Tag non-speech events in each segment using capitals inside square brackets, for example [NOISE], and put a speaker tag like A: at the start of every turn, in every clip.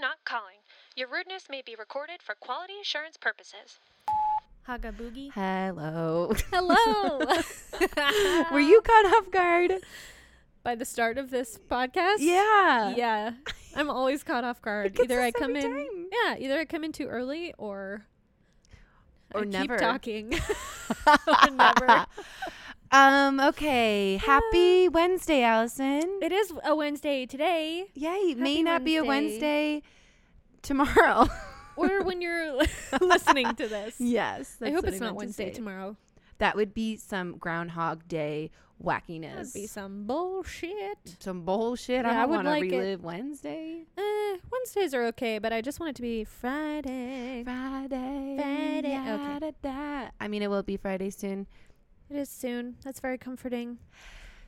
A: not calling. Your rudeness may be recorded for quality assurance purposes.
B: Haga boogie.
C: Hello. [LAUGHS]
B: Hello. [LAUGHS]
C: Were you caught off guard?
B: by the start of this podcast?
C: Yeah.
B: Yeah. I'm always caught off guard.
C: gets
B: Either
C: us
B: I come
C: every
B: in
C: time.
B: Yeah, either I come in too early or I
C: Or never.
B: keep
C: [LAUGHS]
B: talking. [LAUGHS] or never.
C: Um, okay. Happy Wednesday, Allison.
B: It is a Wednesday today.
C: Yay. it may
B: Happy
C: not be a
B: Wednesday.
C: Wednesday tomorrow. [LAUGHS]
B: Or when you're listening to this.
C: yes.
B: I
C: that's
B: hope
C: what
B: it's not
C: meant to
B: Wednesday
C: say.
B: tomorrow.
C: That would be some Groundhog Day
B: That would
C: wackiness.
B: be some bullshit.
C: some bullshit.
B: Yeah, I
C: I don't
B: would
C: want to
B: like it.
C: relive Wednesday.
B: Uh, Wednesdays are okay, but I just want it to be Friday.
C: Friday.
B: Friday,
C: yeah, da, da. I mean, it will be Friday soon.
B: It is soon. That's very comforting.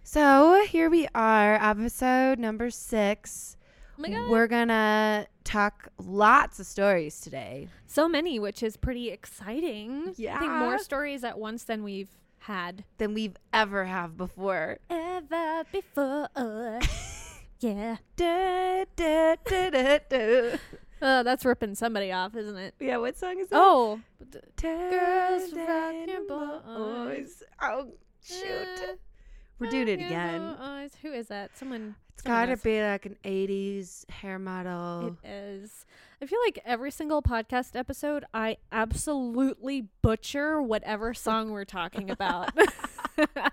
C: So here we are, episode number six.
B: Oh my god.
C: We're gonna talk lots of stories today.
B: so many, which is pretty exciting. I think
C: Yeah.
B: more stories at once than we've had
C: Than we've ever have before.
B: ever [LAUGHS] before. yeah.
C: Da, da, da, da, da.
B: Oh, that's ripping somebody off, isn't
C: [LAUGHS]
B: it?
C: Yeah, what song is that?
B: Oh,
C: Girls
B: rock your boys.
C: Oh
B: Uh,
C: shoot. We're doing it
B: rock and
C: again.
B: roll eyes. Who is that? Someone.
C: It's
B: someone
C: gotta
B: else.
C: be like an eighties hair model.
B: It is. I feel like every single podcast episode, I absolutely butcher whatever song we're talking
C: [LAUGHS]
B: about. [LAUGHS]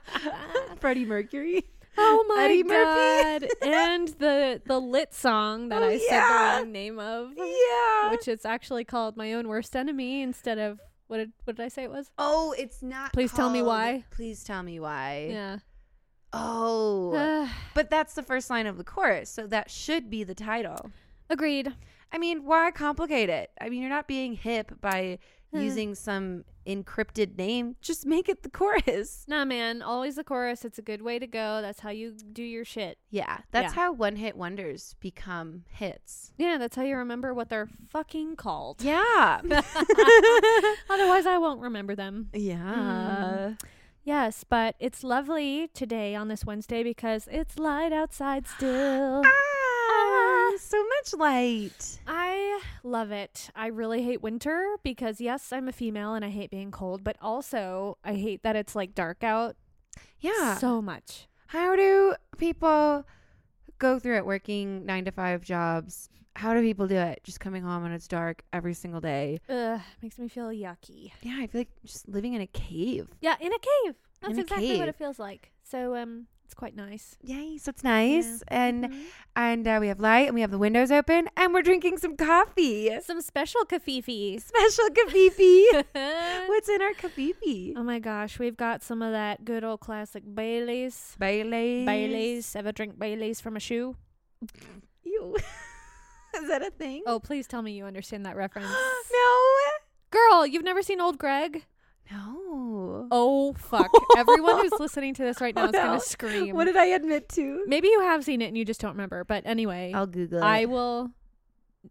C: Freddie Mercury.
B: oh my
C: Eddie
B: god!
C: Murphy.
B: and the the lit song that
C: Oh,
B: I said
C: yeah.
B: the wrong name of,
C: Yeah.
B: which it's actually called "My Own Worst Enemy" instead of what did what did I say it was?
C: oh, it's not.
B: Please tell me
C: called
B: why.
C: Please tell me why.
B: Yeah.
C: Oh.
B: Ugh.
C: but that's the first line of the chorus, so that should be the title.
B: [SIGHS] agreed.
C: I mean, why complicate it? I mean, you're not being hip by
B: Uh.
C: using some encrypted name. Just make it the chorus.
B: Nah, man. Always the chorus. It's a good way to go. That's how you do your shit.
C: Yeah, that's
B: Yeah.
C: how one-hit wonders become hits.
B: Yeah, that's how you remember what they're fucking called.
C: [LAUGHS] Yeah.
B: Otherwise, I won't remember them.
C: yeah.
B: Yes, but it's lovely today on this Wednesday because it's light outside still.
C: Ah, so much light.
B: I love it. I really hate winter because, yes, I'm a female and I hate being cold, but also I hate that it's like dark out
C: Yeah.
B: so much.
C: How do people go through it working nine to five jobs? How do people do it? Just coming home and it's dark every single day.
B: Ugh, makes me feel yucky.
C: Yeah, I feel like just living in a cave.
B: Yeah, in a cave. That's
C: In a
B: exactly what
C: cave.
B: it feels like. So, um, it's quite nice.
C: Yay! So it's nice, and and uh, we have light, and we have the windows open, and we're drinking some coffee.
B: Some special [LAUGHS] kafifis.
C: Special [LAUGHS] kafifi.
B: oh
C: What's in our kafifi?
B: my gosh, we've got some of that good old classic Bailey's.
C: Bailey's.
B: Bailey's. Ever drink Bailey's from a shoe?
C: Ew. [LAUGHS] Is that a thing?
B: Oh, please tell me you understand that reference.
C: [GASPS] no.
B: [GASPS] Girl, you've never seen Old Greg?
C: No.
B: Oh, [LAUGHS] fuck. Everyone who's listening to this right now is going
C: No.
B: to scream.
C: Oh, What did I admit to?
B: Maybe you have seen it and you just don't remember. But anyway,
C: I'll Google it.
B: I will.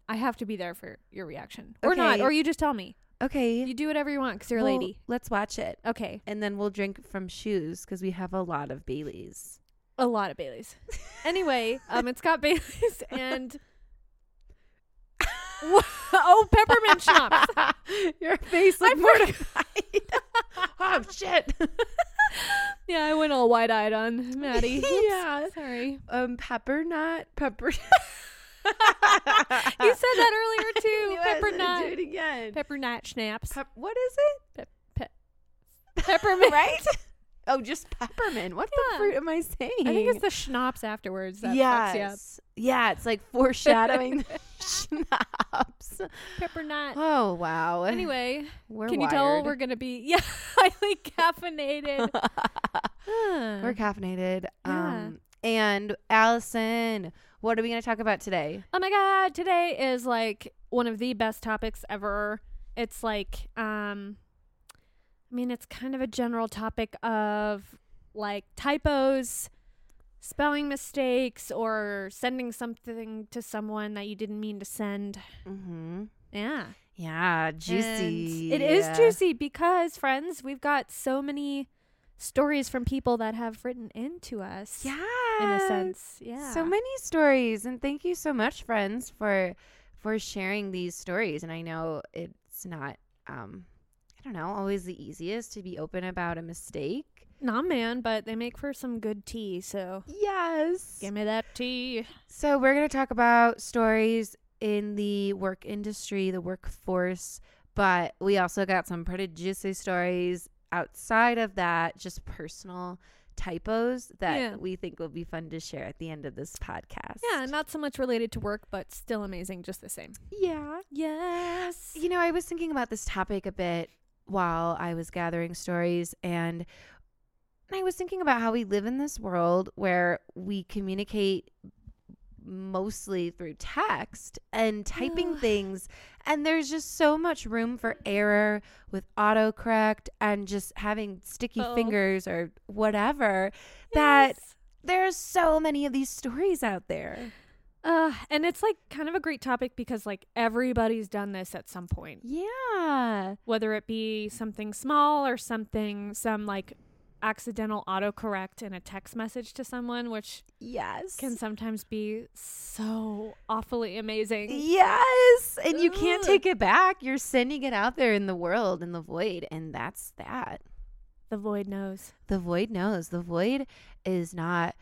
B: I have to be there for your reaction. Or not.
C: Okay.
B: Or you just tell me.
C: okay.
B: You do whatever you want because you're a
C: Well,
B: lady.
C: Let's watch it.
B: Okay.
C: And then we'll drink from shoes because we have a lot of Baileys.
B: A lot of Baileys. Anyway,
C: [LAUGHS]
B: um, it's got [LAUGHS] Baileys and [LAUGHS] oh, peppermint schnapps.
C: [LAUGHS] Your face looked mortified. [LAUGHS] oh, shit.
B: [LAUGHS] Yeah, I went all wide eyed on [LAUGHS] Maddie. Oops,
C: yeah.
B: sorry.
C: [LAUGHS] Um, pepper nut. Pepper. [LAUGHS] you
B: You said that [LAUGHS] earlier
C: [LAUGHS]
B: too. Pepper
C: Do it
B: nut.
C: again.
B: Pepper nut schnapps.
C: Pep- what is it?
B: [LAUGHS] peppermint.
C: Right? [LAUGHS] oh, just peppermint. What
B: Yeah.
C: the fruit am I saying?
B: I think it's the schnapps afterwards. That fucks you up.
C: Yes. Yeah, it's like foreshadowing
B: [LAUGHS]
C: the schnapps.
B: Pepper nut. [SIGHS]
C: Oh, wow.
B: Anyway,
C: We're
B: can you tell
C: wired.
B: we're gonna be [LAUGHS] yeah highly [LAUGHS] caffeinated? [SIGHS] Huh. [LAUGHS]
C: We're caffeinated.
B: Yeah.
C: Um and Allison, what are we gonna talk about today?
B: Oh my god, today is like one of the best topics ever. It's like um I mean, it's kind of a general topic of like typos, spelling mistakes or sending something to someone that you didn't mean to send.
C: Mm-hmm.
B: Yeah.
C: Yeah,
B: And
C: juicy.
B: It is juicy because friends, we've got so many stories from people that have written into us.
C: Yeah.
B: In a sense. Yeah.
C: So many stories. And thank you so much, friends, for for sharing these stories. And I know it's not, um, I don't know, always the easiest to be open about a mistake.
B: Nah, man, but they make for some good tea, so
C: Yes.
B: give me that tea.
C: So we're going to talk about stories in the work industry, the workforce, but we also got some pretty juicy stories outside of that, just personal typos that
B: Yeah.
C: we think will be fun to share at the end of this podcast.
B: Yeah, not so much related to work, but still amazing just the same.
C: Yeah.
B: Yes.
C: You know, I was thinking about this topic a bit while I was gathering stories, and I was thinking about how we live in this world where we communicate mostly through text and typing
B: Ugh.
C: things, and there's just so much room for error with autocorrect and just having sticky
B: Oh.
C: fingers or whatever. That
B: Yes.
C: there's so many of these stories out there.
B: Uh, and it's like kind of a great topic because like everybody's done this at some point,
C: Yeah.
B: whether it be something small or something, some like accidental autocorrect in a text message to someone, which
C: Yes.
B: can sometimes be so awfully amazing.
C: Yes. And you can't
B: Ugh.
C: take it back. You're sending it out there in the world, in the void. And that's that.
B: The void knows.
C: The void knows. The void is not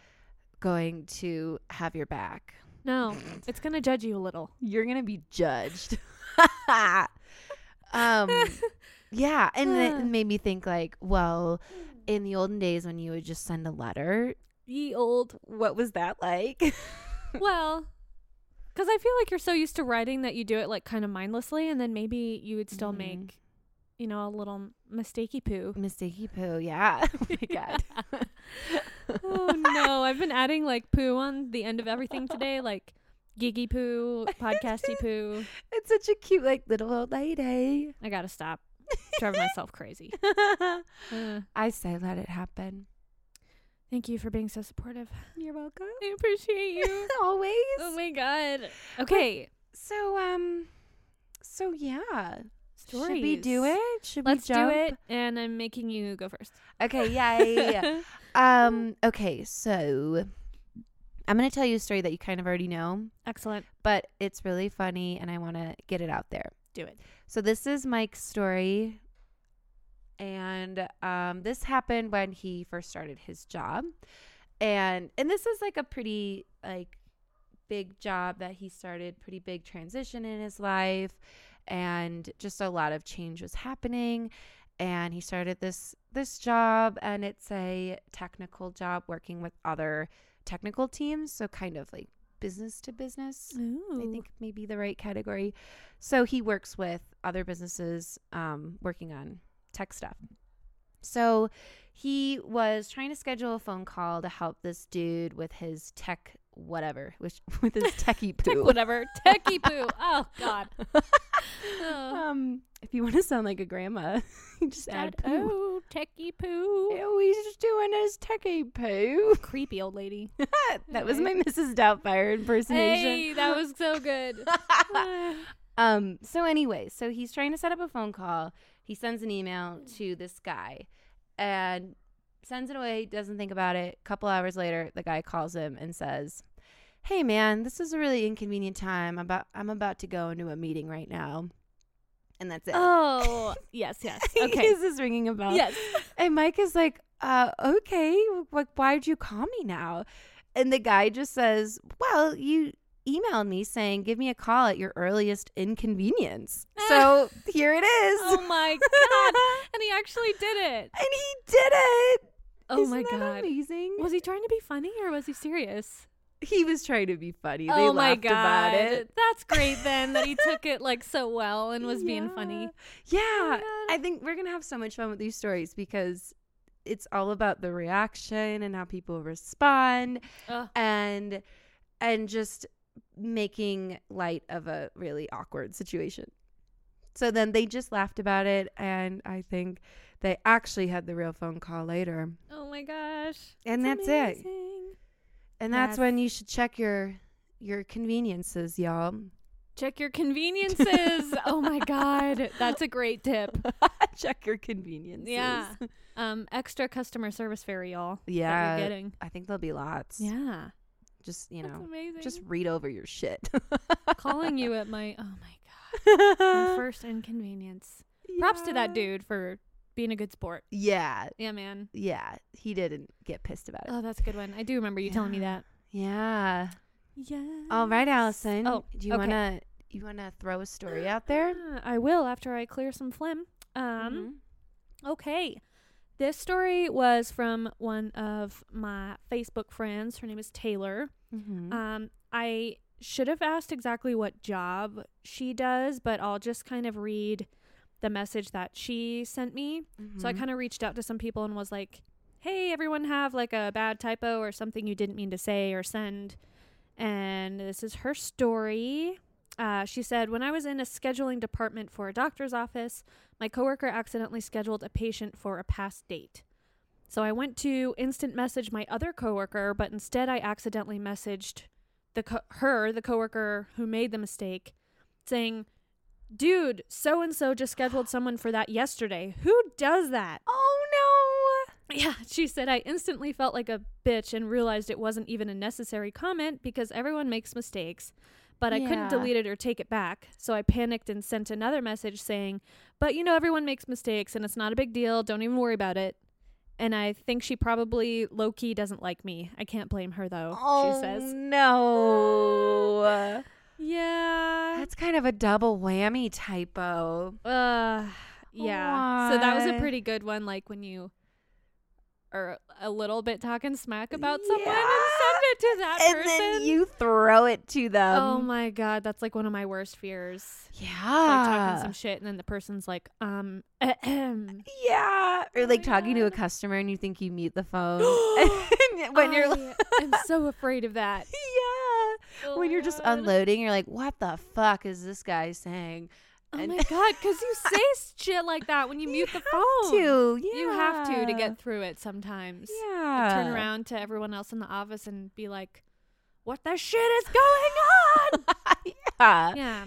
C: going to have your back.
B: No, it's going to judge you a little.
C: You're going to be judged. [LAUGHS] um, yeah. And it [SIGHS]
B: Ugh.
C: made me think, like, well, in the olden days when you would just send a letter,
B: Ye old.
C: what was that [LAUGHS] like?
B: Well, because I feel like you're so used to writing that you do it like kind of mindlessly, and then maybe you would still
C: Mhm.
B: make, you know, a little mistakey poo.
C: Mistakey poo. Yeah. [LAUGHS] Oh my God.
B: [LAUGHS] oh no, I've been adding like poo on the end of everything today, like giggy
C: [LAUGHS]
B: poo, podcasty poo.
C: [LAUGHS] It's such a cute, like, little old lady.
B: I gotta stop. Drive myself crazy. [LAUGHS] Uh,
C: I say let it
B: [LAUGHS]
C: happen.
B: thank you for being so supportive.
C: You're welcome.
B: I appreciate
C: [LAUGHS]
B: you.
C: Always.
B: oh my god. Okay.
C: So um so yeah.
B: Stories.
C: Should we do it? Should
B: Let's
C: we
B: do
C: jump?
B: it. And I'm making you go first. [LAUGHS]
C: Okay, yay. um okay, so I'm going to tell you a story that you kind of already know,
B: Excellent.
C: but it's really funny and I want to get it out there.
B: Do it.
C: So this is Mike's story. And um, this happened when he first started his job. And and this is like a pretty like big job that he started, pretty big transition in his life and just a lot of change was happening and he started this this job and it's a technical job working with other technical teams, so kind of like business to business. I think maybe the right category. So he works with other businesses um, working on tech stuff. So he was trying to schedule a phone call to help this dude with his tech whatever, which [LAUGHS] with his techie
B: Tech
C: poo.
B: whatever. [LAUGHS] Techie poo. Oh [LAUGHS] god. Oh.
C: um, if you want to sound like a grandma, [LAUGHS] you just add
B: Add-
C: poo.
B: oh, techie poo.
C: Oh, he's just doing his techie poo.
B: Creepy old lady.
C: [LAUGHS] that was my Mrs. Doubtfire impersonation.
B: Hey, that was so
C: [LAUGHS]
B: good. [SIGHS]
C: Um, so anyway, so he's trying to set up a phone call. He sends an email to this guy and sends it away, doesn't think about it. A couple hours later, the guy calls him and says, Hey man, this is a really inconvenient time. I'm about I'm about to go into a meeting right now. And that's it. [LAUGHS]
B: oh, yes, yes. Okay.
C: is this ringing a bell?
B: yes.
C: And Mike is like, uh, okay, like, why'd you call me now? And the guy just says, well, you emailed me saying, give me a call at your earliest inconvenience. [LAUGHS] So here it is.
B: Oh my god.
C: [LAUGHS]
B: And he actually did it.
C: and he did it.
B: Oh
C: Isn't
B: my
C: that
B: god.
C: Amazing.
B: Was he trying to be funny or was he serious?
C: he was trying to be funny. they
B: oh my
C: laughed
B: god.
C: about it.
B: That's
C: [LAUGHS]
B: great then that he took it like so well and was being
C: Yeah.
B: funny.
C: Yeah.
B: my God.
C: I think we're going to have so much fun with these stories because it's all about the reaction and how people respond
B: Ugh.
C: and and just making light of a really awkward situation. So then they just laughed about it and I think they actually had the real phone call later.
B: Oh my gosh.
C: And that's, it.
B: amazing.
C: And that's
B: That's-
C: when you should check your your conveniences, y'all.
B: Check your
C: [LAUGHS]
B: conveniences. oh my god. That's a great tip.
C: check your conveniences.
B: Yeah. Um extra customer service fare y'all. that
C: Yeah.
B: you're getting.
C: I think there'll be lots.
B: Yeah.
C: Just you
B: That's
C: know,
B: amazing.
C: just read over your shit. [LAUGHS]
B: calling you at my oh my god,
C: [LAUGHS]
B: my first inconvenience. Props to that
C: Yeah.
B: dude for being a good sport.
C: Yeah,
B: Yeah, man.
C: yeah, he didn't get pissed about it.
B: Oh, that's a good one. I do remember you telling me that.
C: Uh, yeah.
B: Yeah.
C: All right, Allison.
B: Oh,
C: do you
B: okay.
C: wanna you wanna throw a story out there?
B: I will after I clear some phlegm. Um.
C: Mm-hmm.
B: Okay. This story was from one of my Facebook friends. Her name is Taylor.
C: Mhm.
B: Um, I should have asked exactly what job she does, but I'll just kind of read the message that she sent me. So I
C: Mhm.
B: kind of reached out to some people and was like, hey, everyone have like a bad typo or something you didn't mean to say or send. And this is her story. Uh, she said, When I was in a scheduling department for a doctor's office, my coworker accidentally scheduled a patient for a past date. So I went to instant message my other coworker, but instead I accidentally messaged the co- her, the coworker who made the mistake, saying, "Dude, so and so just scheduled someone for that yesterday. Who does that?"
C: Oh
B: Yeah, [LAUGHS] she said I instantly felt like a bitch and realized it wasn't even a necessary comment because everyone makes mistakes. But I couldn't
C: Yeah.
B: delete it or take it back, so I panicked and sent another message saying, "But you know everyone makes mistakes and it's not a big deal. Don't even worry about it." And I think she probably low key doesn't like me. I can't blame her though.
C: no! Oh
B: she says,
C: no!
B: "Yeah,
C: That's kind of a double whammy typo.
B: Uh, yeah. So that was a
C: Why?
B: pretty good one. Like when you are a little bit talking smack about someone and
C: Yeah.
B: send it to that
C: and
B: person.
C: then you um, throw it to them.
B: oh my god, that's like one of my worst fears. Like
C: yeah.
B: talking some shit, and then the person's like, um, [CLEARS THROAT] ahem.
C: yeah. Or
B: Oh my
C: like talking to a
B: God.
C: customer and you think you mute the [GASPS] phone. [LAUGHS] And when
B: [LAUGHS]
C: you're like,
B: I am so afraid of
C: [LAUGHS]
B: that.
C: yeah.
B: Oh
C: when
B: my
C: you're just
B: God.
C: unloading, you're like, what the fuck is this guy saying?
B: Oh
C: and-
B: my god, because
C: [LAUGHS]
B: you say shit like that when you mute the phone.
C: To, yeah.
B: You have to to get through it sometimes.
C: yeah.
B: turn around to everyone else in the office and be like, "What the shit is
C: [LAUGHS]
B: going on?"
C: yeah.
B: yeah.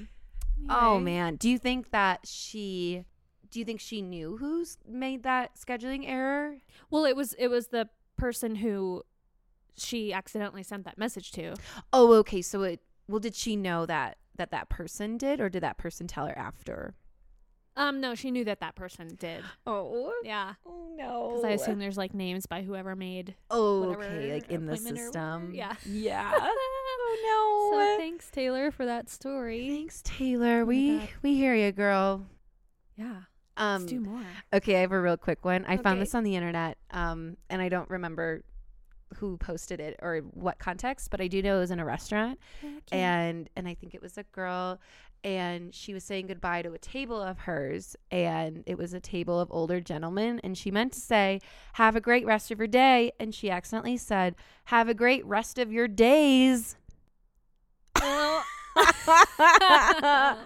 C: Oh
B: Anyway.
C: man, do you think that she do you think she knew who's made that scheduling error?
B: Well, it was it was the person who she accidentally sent that message to.
C: Oh, okay. So it well did she know that that that person did or did that person tell her after?
B: Um, no, she knew that that person did.
C: Oh.
B: Yeah,
C: Oh no.
B: because I assume there's like names by whoever made.
C: Oh,
B: whatever
C: okay, like in the
B: appointment or whatever.
C: system.
B: Yeah.
C: Yeah. [LAUGHS] oh no.
B: So thanks, Taylor, for that story.
C: Thanks,
B: Oh
C: Taylor.
B: my
C: we
B: God.
C: we hear you, girl.
B: Yeah,
C: Um
B: let's do more.
C: Okay, I have a real quick one. I
B: Okay.
C: found this on the internet, um, and I don't remember who posted it or what context, but I do know it was in a restaurant,
B: [LAUGHS]
C: and and I think it was a girl, and she was saying goodbye to a table of hers, and it was a table of older gentlemen, and she meant to say "Have a great rest of your day," and she accidentally said "Have a great rest of your days." [LAUGHS]
B: [LAUGHS] Oh. my God.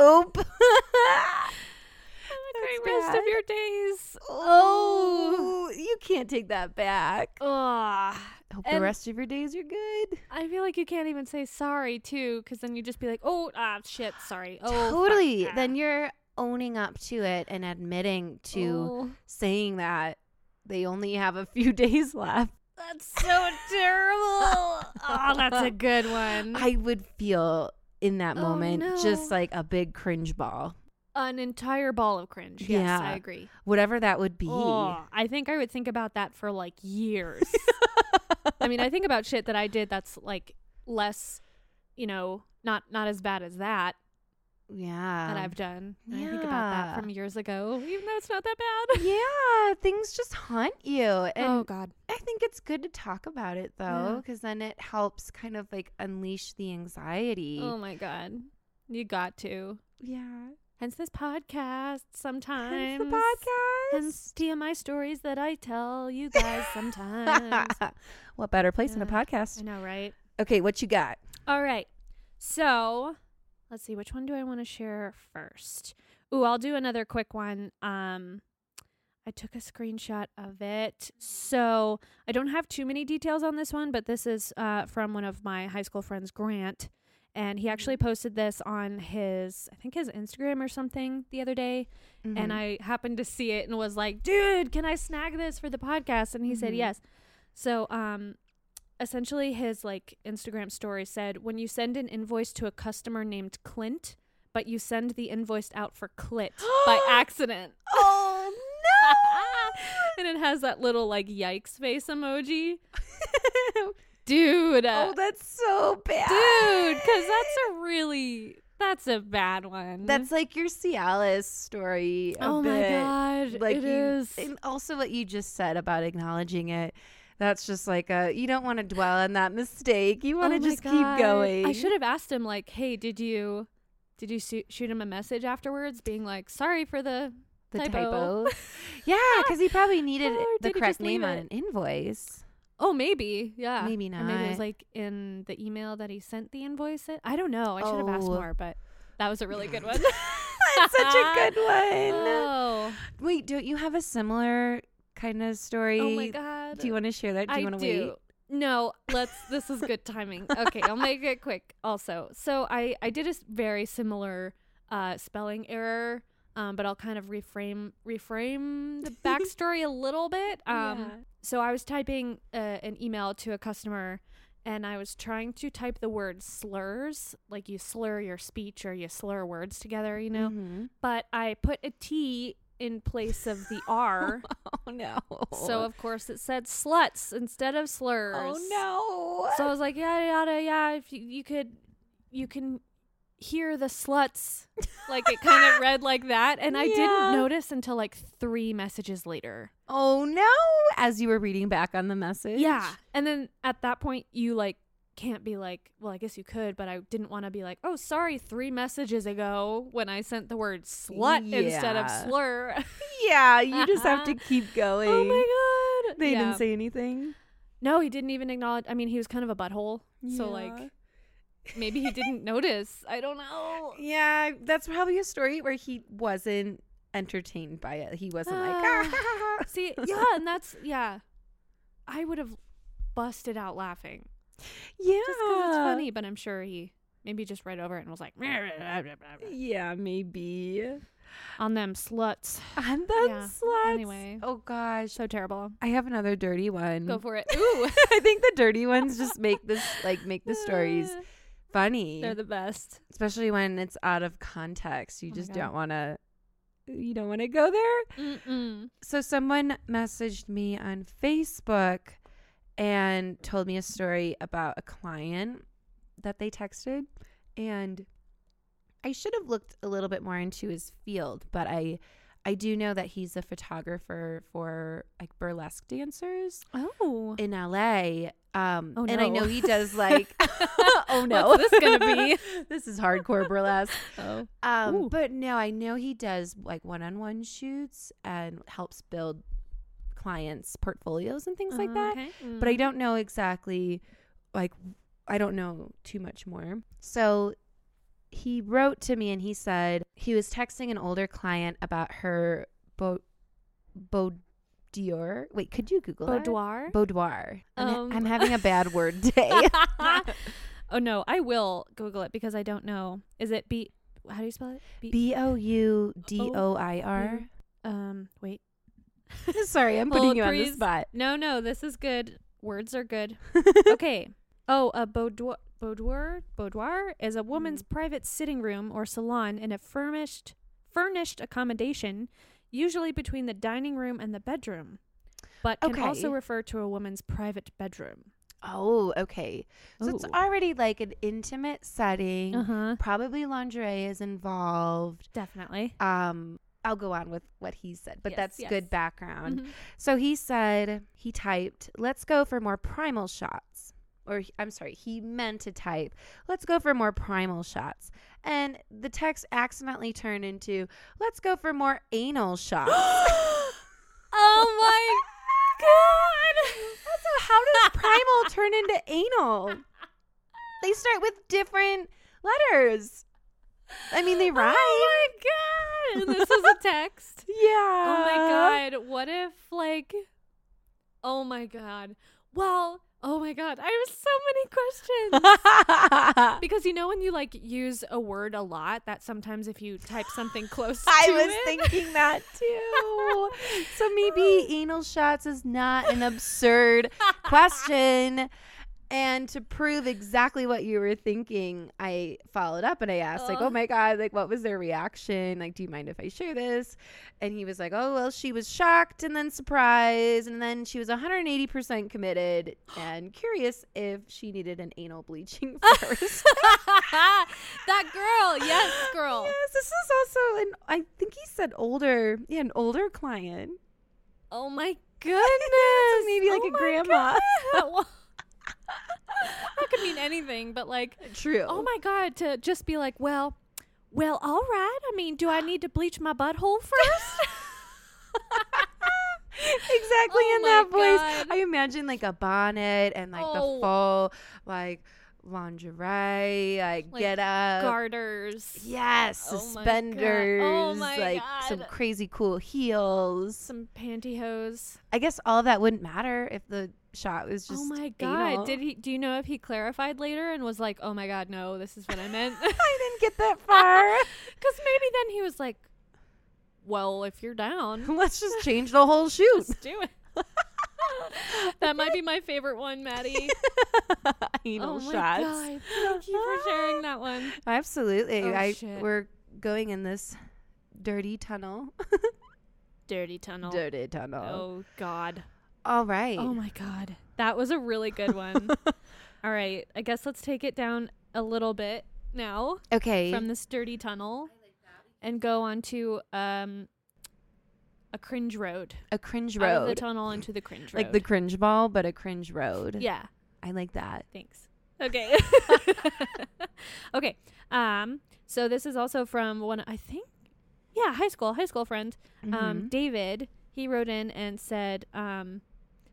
C: Oop. [LAUGHS]
B: Have a
C: That's
B: great rest of
C: bad.
B: your days.
C: Oh, you can't take that back.
B: Ugh.
C: Hope the
B: Oh, And-
C: rest of your days are good.
B: I feel like you can't even say sorry too, because then you just be like, "Oh, ah, shit, sorry." Oh, fuck,
C: totally.
B: ah,
C: Then you're owning up to it and admitting to
B: oh."
C: saying that they only have a few [LAUGHS] days left.
B: That's [LAUGHS] so terrible. oh, that's a good one.
C: [LAUGHS] I would feel in that
B: Oh,
C: moment just
B: no.
C: like a big cringe ball,
B: An entire ball of cringe. Yes, I
C: Yeah.
B: agree.
C: whatever that would be.
B: Oh, I think I would think about that for like years. I mean, I think about shit that I did that's like less, you know, not not as bad as that
C: Yeah.
B: that I've done. And I think about
C: yeah.
B: that from years ago, even though it's not that bad.
C: yeah, things just haunt you. And
B: oh God.
C: I think it's good to talk about it though,
B: Yeah.
C: because then it helps kind of like unleash the anxiety.
B: Oh my God. You got to.
C: Yeah.
B: Hence this podcast sometimes.
C: Hence the podcast.
B: Hence TMI stories that I tell you guys
C: [LAUGHS]
B: sometimes.
C: what better place than a
B: Yeah. I
C: podcast?
B: know, right?
C: Okay, what you got?
B: All right. So let's see, which one do I want to share first? Ooh, I'll do another quick one. Um I took a screenshot of it. So I don't have too many details on this one, but this is uh, from one of my high school friends, Grant. And he actually posted this on his, I think his Instagram or something the other day.
C: Mm-hmm.
B: and I happened to see it and
C: Mm-hmm.
B: was like, "Dude, can I snag this for the podcast?" And he said,
C: Mhm.
B: "Yes." So, um, essentially his like Instagram story said when you send an invoice to a customer named Clint, but you send the invoice out for
C: [GASPS]
B: clit by accident. [LAUGHS]
C: Oh
B: and it has that little like yikes face emoji. Dude.
C: [LAUGHS] oh, that's so bad,
B: dude, cuz that's a really that's a bad one.
C: [LAUGHS] That's like your Cialis story. a
B: Oh my
C: bit.
B: god.
C: Like
B: it
C: you,
B: is.
C: And also what you just said about acknowledging it. That's just like a you don't want to dwell on that mistake. You want
B: Oh
C: to
B: my
C: just
B: God.
C: keep going.
B: I should have asked him like, "Hey, did you did you su- shoot him a message afterwards being like, "Sorry for the
C: the
B: typo.
C: typo.
B: [LAUGHS]
C: yeah, because he probably needed
B: Or
C: the
B: did he
C: correct
B: just leave
C: name on
B: it?
C: an invoice.
B: Oh, maybe. Yeah.
C: Maybe
B: And maybe it was
C: not.
B: like in the email that he sent the invoice. In. I don't know. I should have asked
C: Oh.
B: more, but that was a really
C: [LAUGHS]
B: good one.
C: That's such a
B: [LAUGHS]
C: good one.
B: Oh.
C: Ah. Wait, don't you have a similar kind of story?
B: oh my god.
C: Do you want to share that? Do you
B: I
C: want to
B: do.
C: wait?
B: No, let's. This is good timing. Okay, I'll make it quick. Also, so I I did a s- very similar uh, spelling error, um, but I'll kind of reframe reframe the
C: [LAUGHS]
B: backstory a little bit. Um,
C: Yeah.
B: So I was typing uh, an email to a customer, and I was trying to type the word slurs, like you slur your speech or you slur words together, you know. [LAUGHS]
C: Mhm.
B: But I put a T in place of the R.
C: Oh no.
B: So of course it said sluts instead of slurs.
C: Oh no.
B: So I was like, yada yada, yeah. If you, you could, you can hear the sluts. Like it
C: [LAUGHS]
B: kind of read like that, and I
C: Yeah.
B: didn't notice until like three messages later.
C: oh no. As you were reading back on the message.
B: Yeah, and then at that point you like can't be like, well, I guess you could, but I didn't want to be like, oh, sorry, three messages ago when I sent the word slut instead of
C: Yeah.
B: slur. [LAUGHS]
C: Yeah. You just have to keep going.
B: oh my god!
C: They
B: Yeah.
C: didn't say anything.
B: No, he didn't even acknowledge. I mean, he was kind of a butthole. So,
C: Yeah.
B: like, maybe he didn't notice. I don't
C: [LAUGHS]
B: know.
C: Yeah, that's probably a story where he wasn't entertained by it. He wasn't like,
B: Ah.
C: "Ah."
B: See, yeah, and that's, yeah. I would have busted out laughing.
C: yeah,
B: Just because it's funny, but I'm sure he maybe just read over it and was like, "Meh, blah, blah, blah, blah,"
C: Yeah, maybe.
B: on them sluts.
C: And then
B: Yeah,
C: sluts.
B: anyway.
C: oh Mm-hmm. gosh,
B: So terrible.
C: I have another dirty one. [LAUGHS]
B: Go for it. Ooh.
C: I think the dirty ones just make
B: [LAUGHS]
C: this like make the stories funny,
B: They're the best.
C: especially when it's out of context. You
B: Oh my
C: just
B: God.
C: don't want to. You don't want to go there.
B: Mm-mm.
C: so someone messaged me on Facebook and told me a story about a client that they texted and I should have looked a little bit more into his field, but I I do know that he's a photographer for like burlesque dancers
B: Oh.
C: in LA. Um
B: Oh,
C: and I
B: no.
C: know he [LAUGHS] does like oh [LAUGHS] no.
B: What's this going to be? [LAUGHS]
C: this is hardcore burlesque.
B: oh.
C: Um,
B: Ooh.
C: but no, I know he does like one-on-one shoots and helps build clients' portfolios and things like that. But I don't know exactly, like, I don't know too much more. So he wrote to me and he said he was texting an older client about her beau, boudoir. Wait, could you Google that?
B: Boudoir?
C: Boudoir. I'm ha-
B: Um.
C: I'm having a bad word
B: [LAUGHS]
C: [LAUGHS] day.
B: oh no, I will Google it because I don't know. Is it B? How do you spell it? B.
C: B o u d o i r.
B: um. Wait. Oh.
C: [LAUGHS] Sorry, I'm
B: Hold,
C: putting you on the
B: please.
C: spot.
B: No, no. This is good. Words are [LAUGHS] good. Okay. Oh, a boudoir. Boudoir. Boudoir is a woman's private sitting room or salon in a furnished furnished accommodation, usually between the dining room and the bedroom, but can also
C: Okay.
B: refer to a woman's private bedroom.
C: Oh, okay. So it's
B: Ooh. Uh-huh.
C: already like an intimate setting.
B: huh.
C: Probably lingerie is involved.
B: Definitely.
C: Um, I'll go on with what he said, but
B: Yes,
C: that's
B: yes.
C: good background.
B: Mhm.
C: So he said he typed, "Let's go for more primal shots." Or he- I'm sorry, he meant to type, "Let's go for more primal shots." And the text accidentally turned into, "Let's go for more anal
B: [GASPS]
C: shots." [LAUGHS]
B: Oh my god!
C: Also, how does primal turn into anal? They start with different letters. I mean, they rhyme.
B: Oh my god! And this is a text.
C: yeah.
B: oh my god! What if like? Oh my god! Well, oh my god! I have so many
C: [LAUGHS]
B: [LAUGHS] questions
C: god.
B: because you know when you like use a word a lot, that sometimes if you type something close,
C: [LAUGHS] I
B: to
C: was
B: it- Oh.
C: thinking that too.
B: [LAUGHS]
C: so maybe anal shots is not an absurd question. And to prove exactly what you were thinking, I followed up and I asked, like,
B: Ugh.
C: oh my God, like, what was their reaction? Like, do you mind if I share this? And he was like, oh, well, she was shocked and then surprised. And then she was 180%
B: [GASPS]
C: committed and curious if she needed an
B: [LAUGHS]
C: anal bleaching
B: [LAUGHS]
C: first.
B: that girl, yes,
C: [LAUGHS]
B: girl.
C: Yes, this is also an, I think he said older, yeah, an older client.
B: Oh
C: [LAUGHS]
B: my goodness.
C: Maybe like
B: Oh
C: a
B: my
C: grandma.
B: God.
C: [LAUGHS]
B: [LAUGHS] Well, that could mean anything, but like,
C: True. [LAUGHS]
B: oh my god, to just be like, well, well, all right. I mean,
C: [GASPS]
B: do I need to bleach my butthole
C: [LAUGHS]
B: first?
C: exactly
B: Oh
C: in
B: my
C: that voice.
B: God.
C: I imagine like a bonnet and like
B: Oh.
C: the full like lingerie, like,
B: Like,
C: get up.
B: Garters.
C: yes,
B: Oh my God. Oh
C: suspenders,
B: my
C: like some
B: God.
C: crazy cool heels.
B: Some pantyhose.
C: I guess all that wouldn't matter if the shot was just
B: oh my god.
C: anal.
B: Did he do you know if he clarified later and was like, "Oh my god, no, this is what I [LAUGHS] meant?"
C: [LAUGHS] I didn't get that far. [LAUGHS]
B: Cuz maybe then he was like, "Well, if you're [LAUGHS] down,
C: Let's just change the whole shoot.
B: let's [LAUGHS] do it." that might be my favorite one, [LAUGHS] Maddie.
C: [LAUGHS] Anal
B: oh my
C: shots.
B: god. Thank you for sharing that one.
C: Absolutely.
B: Oh,
C: I
B: shit.
C: we're going in this dirty tunnel.
B: [LAUGHS] Dirty tunnel.
C: Dirty tunnel.
B: Oh god.
C: All right.
B: Oh my god. That was a really good [LAUGHS] one. All right. I guess let's take it down a little bit now.
C: okay.
B: from this dirty tunnel and go onto um a cringe road,
C: a cringe
B: out of the
C: road.
B: tunnel into the cringe road.
C: Like the cringe ball, but a cringe road.
B: yeah.
C: I like that.
B: Thanks.
C: [LAUGHS]
B: Okay. [LAUGHS] okay. Um. So this is also from one. I think. Yeah, high school, high school friend. Um,
C: Mhm.
B: David. He wrote in and said. Um.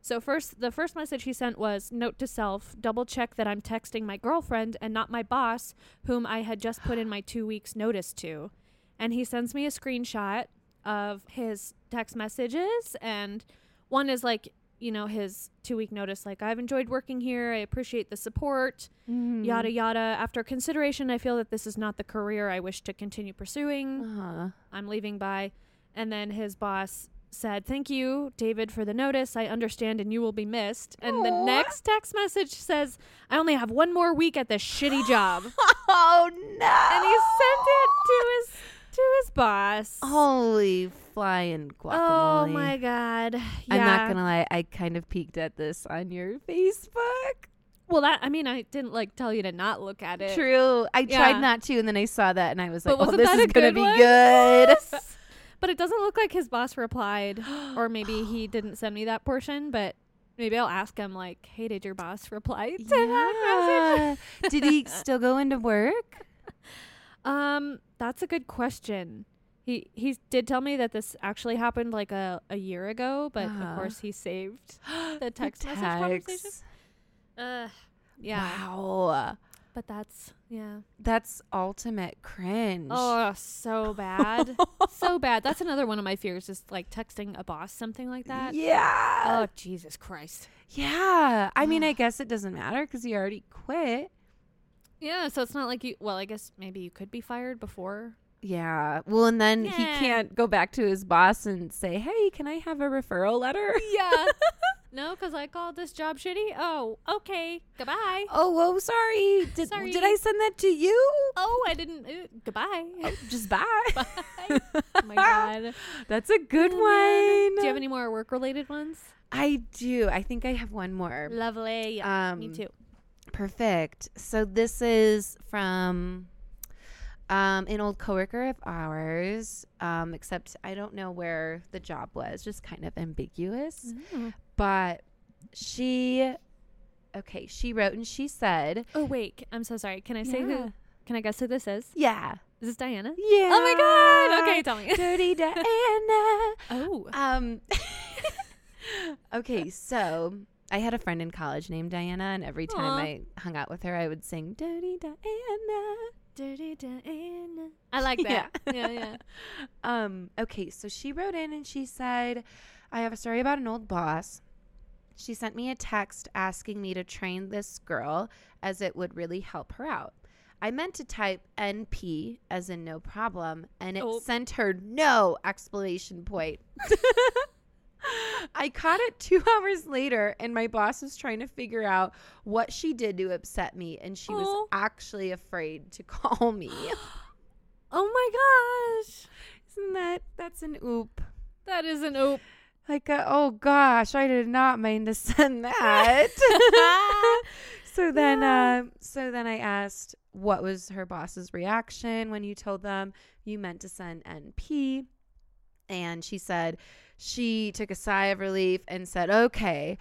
B: So first, the first message he sent was note to self: double check that I'm texting my girlfriend and not my boss, whom I had just put in my two weeks notice to. And he sends me a screenshot of his text messages, and one is like, you know, his two week notice, like I've enjoyed working here, I appreciate the support, yada yada. After consideration, I feel that this is not the career I wish to continue pursuing.
C: Uh-huh.
B: I'm leaving by. And then his boss said, Thank you, David, for the notice. I understand and you will be missed. And the
C: Aw.
B: next text message says, I only have one more week at this
C: [GASPS]
B: shitty job.
C: [LAUGHS] Oh no.
B: and he sent it
C: [GASPS]
B: to his to his boss.
C: Holy flying Oh, guacamole.
B: Oh my god. Yeah.
C: I'm not gonna lie, I kind of peeked at this on your Facebook.
B: Well that I mean I didn't like tell you to not look at it.
C: True. I
B: Yeah.
C: tried not to, and then I saw that, and I was like,
B: But
C: "Oh,
B: wasn't
C: this
B: that
C: is
B: a
C: gonna
B: good
C: be
B: one?
C: good."
B: [LAUGHS] Yes. But it doesn't look like his boss
C: [GASPS]
B: replied, or maybe he didn't send me that portion. But maybe I'll ask him, like, "Hey, did your boss reply to that message?"
C: Yeah.
B: [LAUGHS]
C: Did he still go into work?
B: Um, that's a good question. He he did tell me that this actually happened like a, a year ago, but of
C: Uh-huh.
B: course he saved [GASPS] the text message conversation.
C: text.
B: Uh, yeah.
C: Wow.
B: But that's yeah.
C: That's ultimate cringe.
B: Oh, [LAUGHS] so
C: [LAUGHS]
B: bad, so bad. That's another one of my fears is like texting a boss something like that.
C: Yeah.
B: Oh Jesus Christ.
C: yeah. I mean, I guess it doesn't matter because he already quit.
B: Yeah, so it's not like you. Well, I guess maybe you could be fired before.
C: Yeah. Well, and then he
B: Yeah.
C: can't go back to his boss and say, hey, can I have a referral letter?
B: Yeah. [LAUGHS] no, because I called this job shitty. Oh, okay. Goodbye.
C: oh, whoa, sorry. Did,
B: Sorry.
C: Did I send that to you?
B: Oh, I didn't. Uh, goodbye.
C: Oh, just bye.
B: [LAUGHS] Bye. oh
C: [LAUGHS]
B: my [LAUGHS] god. Oh,
C: That's a good one.
B: Do you have any more work-related ones?
C: I do. I think I have one more.
B: Lovely.
C: Um,
B: Me too.
C: Perfect. So this is from um, an old coworker of ours, um, except I don't know where the job was, just kind of
B: Mm-hmm.
C: ambiguous. But she, okay, she wrote and she said,
B: Oh wait, I'm so sorry. Can I say
C: Yeah.
B: who? Can I guess who this is?
C: yeah,
B: Is this Diana?
C: yeah.
B: Oh my god. Okay, tell me.
C: Dirty Diana.
B: [LAUGHS] oh.
C: Um. [LAUGHS] okay, so I had a friend in college named Diana, and every time
B: Aw.
C: I hung out with her, I would sing "Dirty Diana."
B: Dirty Diana. I like that. Yeah, yeah.
C: Um. Okay, so she wrote in and she said, "I have a story about an old boss." She sent me a text asking me to train this girl as it would really help her out. I meant to type NP as in no problem, and it
B: Oh.
C: [LAUGHS] sent her no explanation point. I caught it two [LAUGHS] hours later, and my boss was trying to figure out what she did to upset me, and she was
B: Oh.
C: actually afraid to [LAUGHS] call me.
B: [LAUGHS] Oh my gosh.
C: [GASPS] Isn't that that's an oop?
B: That is an [LAUGHS] oop.
C: Like, a, oh gosh, I did not mean to [LAUGHS] send that. [LAUGHS] so then,
B: Yeah.
C: um, so then I asked, what was her boss's reaction when you told them you meant to send NP? And she said, she took a sigh of relief and said, okay.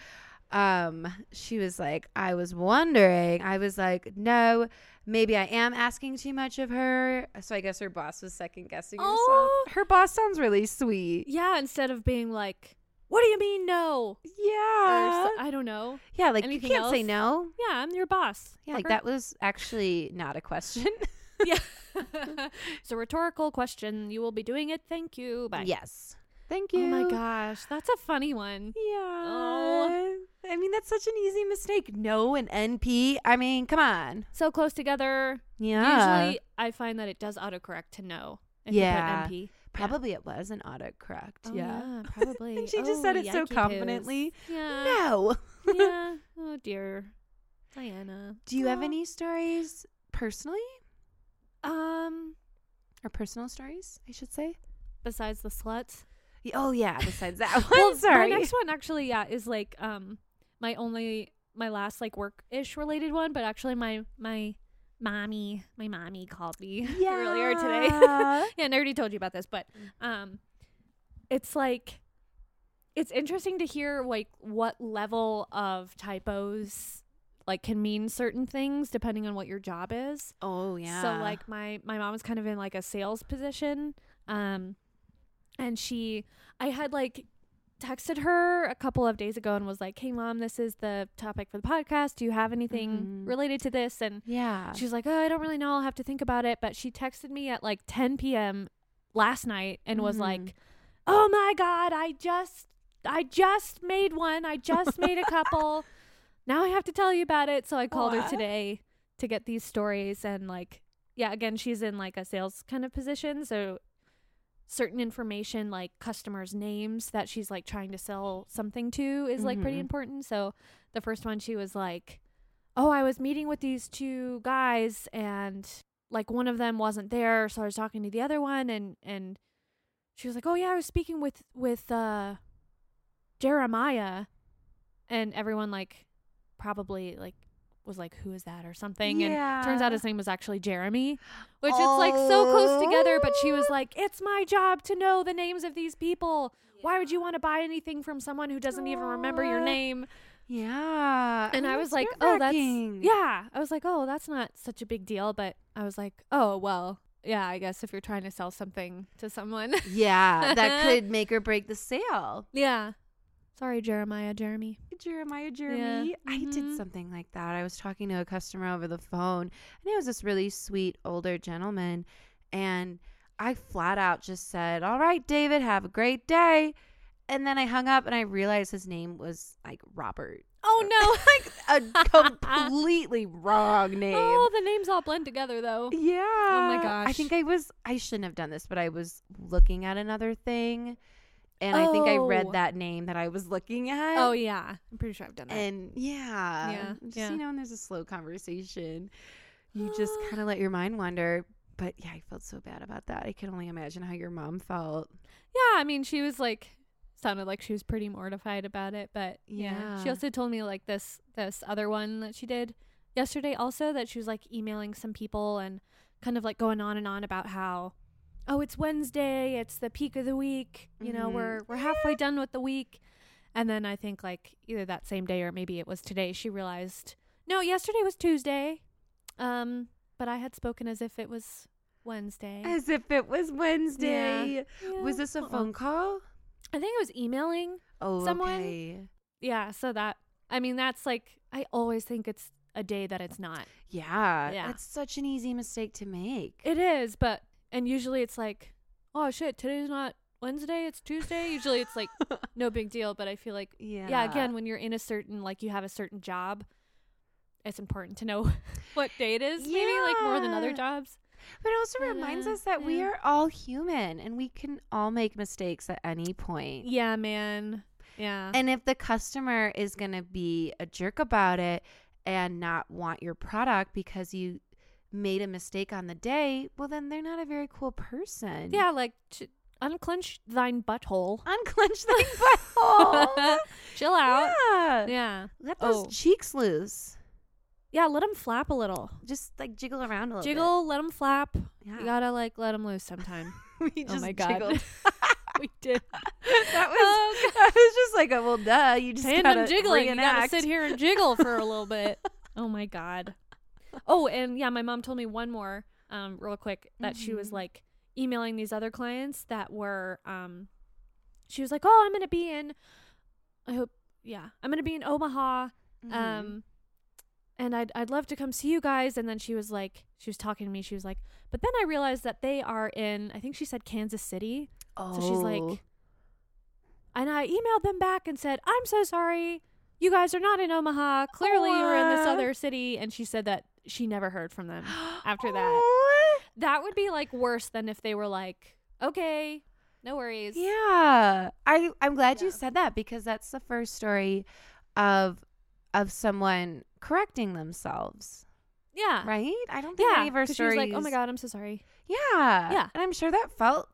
C: Um, she was like, I was wondering. I was like, no, maybe I am asking too much of her. So I guess her boss was second guessing herself.
B: Oh.
C: Her boss sounds really sweet.
B: Yeah, instead of being like, what do you mean no? Or
C: Yeah.
B: so- I don't know.
C: yeah, like you
B: anything
C: can't say
B: else?
C: no.
B: Yeah, I'm your boss.
C: Yeah, like
B: fucker.
C: that was actually not a question. [LAUGHS]
B: [LAUGHS] Yeah. [LAUGHS] it's a rhetorical question. You will be doing it. Thank you. Bye.
C: Yes. Thank
B: Oh
C: you.
B: my gosh, that's a funny one.
C: Yeah.
B: Oh.
C: I mean, that's such an easy mistake. No and NP. I mean, come on.
B: So close together.
C: Yeah.
B: Usually, I find that it does autocorrect to no. If
C: Yeah.
B: You put MP.
C: probably it was an autocorrect.
B: Oh,
C: yeah. [LAUGHS]
B: probably.
C: and she just said
B: Oh,
C: it so
B: yikey-poos.
C: confidently.
B: Yeah.
C: No. [LAUGHS]
B: yeah. Oh dear, Diana.
C: Do you have
B: Aw.
C: any stories personally
B: Um,
C: or personal stories, I should say?
B: besides the
C: [LAUGHS]
B: sluts.
C: Y- Oh, yeah.
B: [LAUGHS]
C: Besides that one.
B: well,
C: Sorry.
B: My next one actually, yeah, is like um my only my last like work ish related one, but actually my my mommy my mommy called me [LAUGHS]
C: [LAUGHS]
B: earlier today.
C: Yeah.
B: yeah, and I already told you about this, but um it's like it's interesting to hear like what level of typos like can mean certain things depending on what your job is.
C: Oh, yeah.
B: So like my my mom was kind of in like a sales position, um, and she I had like texted her a couple of days ago and was like, "Hey mom, this is the topic for the podcast. Do you have anything
C: Mhm.
B: related to this?" And
C: Yeah.
B: she was like, "Oh, I don't really know. I'll have to think about it." But she texted me at like 10 p.m. last night and was
C: Mhm.
B: like, "Oh my god, I just I just made one. I just made a couple. Now I have to tell you about it." So I called
C: What?
B: her today to get these stories and like yeah, again, she's in like a sales kind of position, so certain information like customers' names that she's like trying to sell something to is like pretty
C: Mhm.
B: important. So the first one she was like, "Oh, I was meeting with these two guys and like one of them wasn't there, so I was talking to the other one and and she was like, "Oh yeah, I was speaking with with uh Jeremiah." And everyone like probably like was like, "Who is that?" or something. And turns
C: Yeah. Oh.
B: out his name was actually Jeremy, which it's like so close together, but she was like, "It's my job to know the names of these people. Why would you want to buy anything from someone who doesn't even remember your
C: Aw.
B: name?"
C: Yeah.
B: and
C: Oh,
B: I
C: that's
B: was like, "Oh, that's
C: nerve-wracking.
B: yeah." I was like, "Oh, that's not such a big deal," but I was like, "Oh, well, yeah, I guess if you're trying to sell something to someone."
C: Yeah, that [LAUGHS] could make or break the sale.
B: yeah. Sorry, Jeremiah, Jeremy.
C: Jeremiah, Jeremy. I did
B: mhm.
C: something like that. I was talking to a customer over the phone, and it was this really sweet older gentleman. And I flat out just said, All right, David, have a great day. And then I hung up and I realized his name was like Robert.
B: Oh [LAUGHS]
C: [LAUGHS] A completely wrong name.
B: oh, the names all blend together though.
C: Yeah.
B: Oh my
C: I
B: gosh.
C: think I was I shouldn't have done this, but I was looking at another thing and I think I read
B: Oh.
C: that name that I was looking at.
B: Oh yeah, I'm pretty sure I've done that.
C: And yeah.
B: Yeah,
C: Just
B: yeah.
C: you know, when there's a slow conversation, you
B: [GASPS]
C: just kinda let your mind wander. But yeah, I felt so bad about that. I can only imagine how your mom felt.
B: Yeah, I mean, she was like sounded like she was pretty mortified about it, but yeah. She
C: Yeah.
B: also told me like this this other one that she did yesterday also that she was like emailing some people and kind of like going on and on about how oh, it's Wednesday, it's the peak of the week, you know,
C: Mhm.
B: we're we're halfway done with the week. And then I think like either that same day or maybe it was today she realized, no, yesterday was Tuesday. Um, but I had spoken as if it was Wednesday.
C: As if it was Wednesday. Was
B: Yeah,
C: this a
B: uh-uh.
C: phone call?
B: I think it was emailing.
C: Oh
B: Someone-
C: okay.
B: yeah so that i mean that's like i always think it's a day that it's not
C: Yeah.
B: Yeah.
C: That's such an easy mistake to make.
B: it is but and usually it's like oh shit today's not wednesday it's tuesday usually it's [LAUGHS] like no big deal but i feel like
C: yeah.
B: yeah. again when you're in a certain like you have a certain job it's important to know [LAUGHS] what day it is maybe like more than other
C: Yeah.
B: jobs
C: But it also reminds
B: Uh,
C: us that we
B: yeah.
C: are all human and we can all make mistakes at any point.
B: yeah man Yeah.
C: And if the customer is going to be a jerk about it and not want your product because you made a mistake on the day, well, then they're not a very cool person.
B: yeah, like ch- unclench thine butthole.
C: [LAUGHS] Unclench
B: [LAUGHS]
C: the butthole.
B: Chill [LAUGHS] out. Oh.
C: Yeah.
B: Yeah.
C: Let those
B: Oh.
C: cheeks loose.
B: Yeah, let them flap a little.
C: Just like jiggle around a little
B: Jiggle, let 'em let them flap.
C: bit. Yeah.
B: You gotta like let them loose [LAUGHS] sometime.
C: [LAUGHS] we
B: oh
C: just
B: my god. [LAUGHS]
C: jiggled. [LAUGHS]
B: we did.
C: that was
B: [LAUGHS] Oh,
C: that was just like a well duh. You just
B: Tandem
C: gotta
B: jiggling. You gotta
C: reenact.
B: sit here and jiggle for a little bit. [LAUGHS] Oh my god. Oh, and yeah, my mom told me one more, um, real quick, that she was
C: Mhm.
B: like emailing these other clients that were, um, she was like, "Oh, I'm gonna be in, I hope, yeah, I'm gonna be in Omaha,
C: Mhm.
B: um, and I'd I'd love to come see you guys." And then she was like, she was talking to me, she was like, "But then I realized that they are in, I think she said Kansas City,
C: oh.
B: so she's like, and I emailed them back and said, I'm so sorry. You guys are not in Omaha. Clearly, you were in this
C: Aw.
B: other city. And she said that she never heard from
C: [GASPS]
B: them. [GASPS] after that.
C: Oh,
B: That would be like worse than if they were like, okay, no worries.
C: Yeah. I I'm glad you
B: Yeah.
C: said that because that's the first story of of someone correcting themselves,
B: Yeah.
C: right? I don't think
B: Uh, Yeah.
C: any of our
B: 'cause
C: stories
B: She was like, oh my God, I'm so sorry.
C: Yeah.
B: Yeah.
C: And I'm sure that felt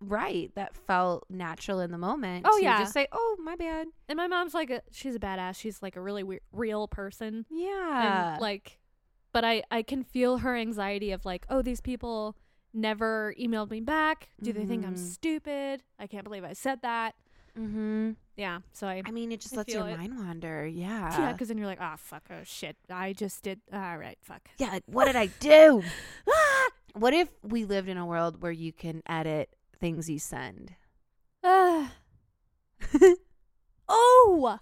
C: right. That felt natural in the moment.
B: Oh,
C: to
B: yeah.
C: Just say, oh, my bad.
B: And my mom's like, a, she's a badass. She's like a really weir- real person.
C: Yeah.
B: and like but i i can feel her anxiety of like oh these people never emailed me back do they think i'm
C: Mhm.
B: stupid i can't believe i said that
C: mm-hmm.
B: yeah so i
C: I mean, it just
B: I
C: lets your
B: feel it.
C: mind wander. Yeah.
B: yeah because then you're like ah fuck oh shit i just did all right fuck
C: Yeah, like, what did I do?
B: [SIGHS]
C: Ah! what if we lived in a world where you can edit things
B: [LAUGHS]
C: you send?
B: Ah. oh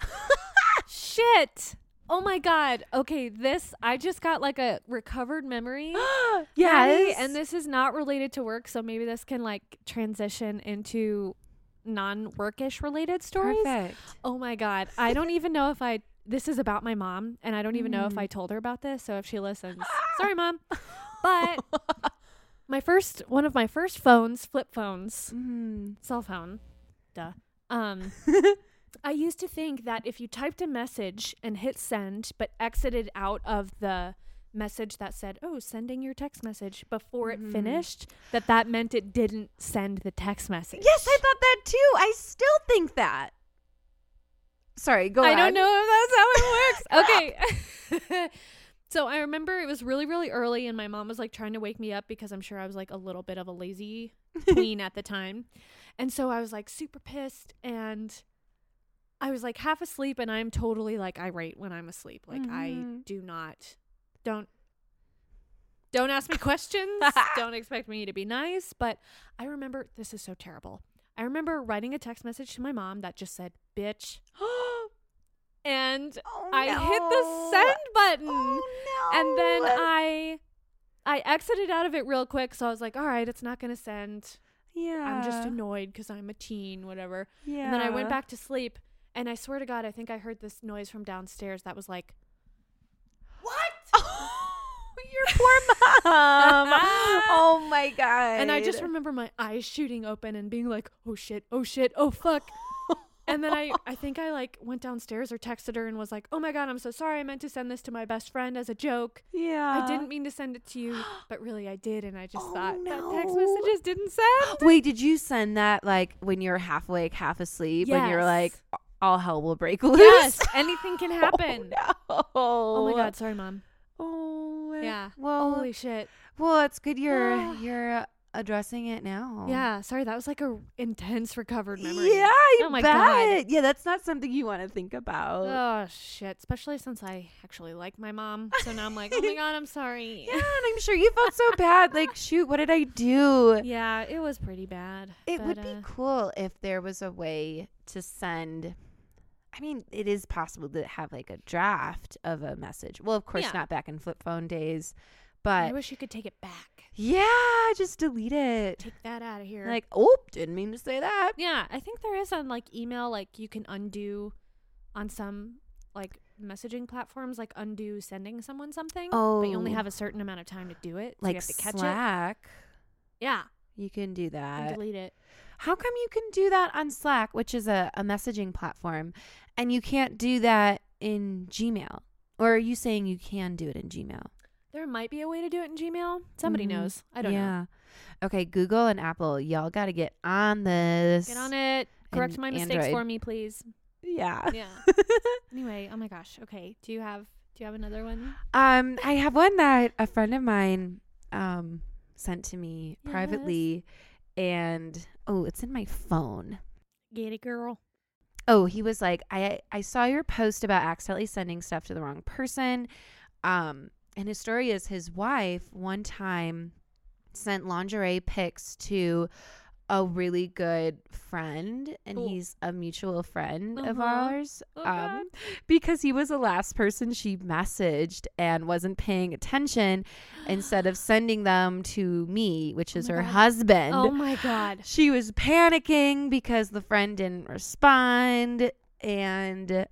B: shit oh my god okay this i just got like a recovered
C: [GASPS]
B: memory Maddie,
C: yes.
B: and this is not related to work, so maybe this can like transition into non-workish related stories.
C: perfect.
B: Oh my god, I don't even know if I this is about my mom and I don't even know if
C: Mm.
B: I told her about this, so if she
C: [LAUGHS]
B: listens, sorry mom. But my first one of my first phones, flip phones, [LAUGHS]
C: [LAUGHS] Mm.
B: cell phone, duh. Um I used to think that if you typed a message and hit send, but exited out of the message that said, "Oh, sending your text message" before it
C: Mhm.
B: finished, that that meant it didn't send the text message.
C: Yes, I thought that too. I still think that. Sorry, go
B: I
C: on.
B: don't know if
C: [LAUGHS]
B: that's how it works. Okay. [LAUGHS] so I remember it was really, really early, and my mom was like trying to wake me up because I'm sure I was like a little bit of a lazy tween at the time. And so I was like super pissed and I was like half asleep, and I'm totally like irate when I'm asleep. Like, I
C: Mhm.
B: do not, don't. Don't ask me questions. Don't expect me to be nice. But I remember this is so terrible. I remember writing a text message to my mom that just said, bitch,
C: oh,
B: and I
C: no.
B: hit the send button.
C: Oh, no.
B: And then I I exited out of it real quick, so I was like, all right, it's not going to send.
C: yeah.
B: I'm just annoyed cuz I'm a teen, whatever.
C: Yeah.
B: And then I went back to sleep, and I swear to god, I think I heard this noise from downstairs that was like [LAUGHS]
C: What? [LAUGHS] Oh, Your poor mom. oh my god.
B: and I just remember my eyes shooting open and being like, "Oh shit, oh shit, oh
C: [LAUGHS]
B: fuck." and then I I think I like went downstairs or texted her and was like, "Oh my god, I'm so sorry. I meant to send this to my best friend as a joke."
C: yeah.
B: I didn't mean to send it to
C: [GASPS]
B: you, but really I did, and I just
C: Uh, Oh,
B: thought that text
C: no.
B: messages didn't
C: [GASPS]
B: send.
C: Wait, did you send that like when you were half awake, half asleep, and you were like,
B: Yes.
C: all hell will break loose? [LAUGHS]
B: Yes, anything can happen.
C: Oh, no.
B: Oh my god, sorry, mom.
C: Oh
B: Yeah.
C: Well,
B: Holy shit.
C: well, it's good you're
B: Ah.
C: you're addressing it now.
B: Yeah, sorry, that was like a intense recovered memory.
C: oh. Yeah, you
B: Oh my God.
C: bet. Yeah, that's not something you want to think about.
B: Oh shit, especially since I actually like my mom. So now I'm like, oh
C: [LAUGHS]
B: my god, I'm sorry.
C: Yeah, and I'm sure you felt so bad. Like, shoot, what did I do?
B: Yeah, it was pretty bad.
C: It would
B: but,
C: be
B: uh,
C: cool if there was a way to send. I mean, it is possible to have like a draft of a message. Well, of course,
B: Yeah.
C: not back in flip phone days,
B: I
C: but
B: wish you could take it back.
C: yeah, just delete it.
B: Take that out of here.
C: Like, oh, didn't mean to say that.
B: Yeah, I think there is on like email, like you can undo on some like messaging platforms, like undo sending someone something. But you only
C: Oh.
B: have a certain amount of time to do it. so you
C: Like
B: have to catch it.
C: Slack,
B: Yeah.
C: you can do
B: And
C: that.
B: delete it.
C: how come you can do that on Slack, which is a, a messaging platform, and you can't do that in Gmail? Or are you saying you can do it in Gmail?
B: There might be a way to do it in Gmail. Somebody
C: Mhm.
B: knows. I don't know.
C: Yeah. Okay, Google and Apple, y'all got to get on this.
B: Get on it. Correct
C: And
B: my mistakes
C: Android.
B: for me, please.
C: Yeah.
B: Yeah.
C: [LAUGHS]
B: anyway, oh my gosh. Okay. Do you have do you have another one?
C: Um, I have one that a friend of mine um sent to me
B: Yes.
C: privately, and oh, it's in my phone.
B: Get it, girl.
C: Oh, he was like, I I saw your post about accidentally sending stuff to the wrong person. Um, and his story is his wife one time sent lingerie pics to a really good friend, and
B: Cool.
C: he's a mutual friend of
B: Uh-huh.
C: ours.
B: Oh, God.
C: um, because he was the last person she messaged and wasn't paying attention,
B: [GASPS]
C: instead of sending them to me, which
B: Oh
C: is
B: my
C: her
B: God.
C: husband.
B: oh my
C: [LAUGHS]
B: god.
C: She was panicking because the friend didn't respond and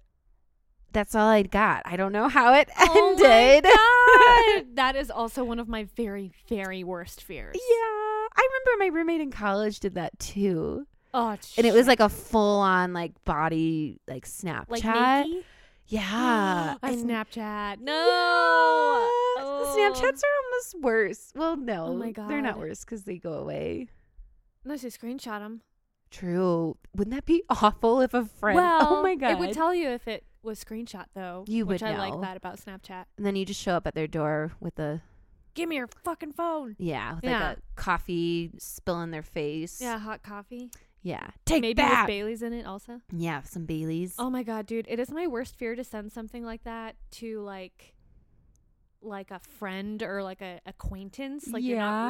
C: that's all I'd got. I don't know how it
B: Oh my
C: ended.
B: God, that is also one of my very, very worst fears.
C: [LAUGHS] yeah. I remember my roommate in college did that too.
B: Oh,
C: And it was like a full on like body like Snapchat.
B: like Nikki?
C: Yeah.
B: [GASPS] a
C: and-
B: Snapchat. No.
C: Yeah.
B: Oh.
C: Snapchats are almost worse. Well, no.
B: my
C: They're not
B: God.
C: worse cuz they go away.
B: Unless you screenshot them.
C: True. Wouldn't that be [LAUGHS] awful if a friend Oh my god.
B: It would tell you if it was screenshot though.
C: You
B: which
C: would
B: I like
C: know.
B: that about Snapchat.
C: And then you just show up at their door with a
B: Give me your fucking phone.
C: yeah, with
B: Yeah.
C: like a coffee spill in their face.
B: Yeah, hot coffee.
C: Yeah. Take
B: Maybe
C: that.
B: with Bailey's in it also.
C: yeah, some Baileys.
B: Oh my god, dude, it is my worst fear to send something like that to like like a friend or like a acquaintance. Like you're not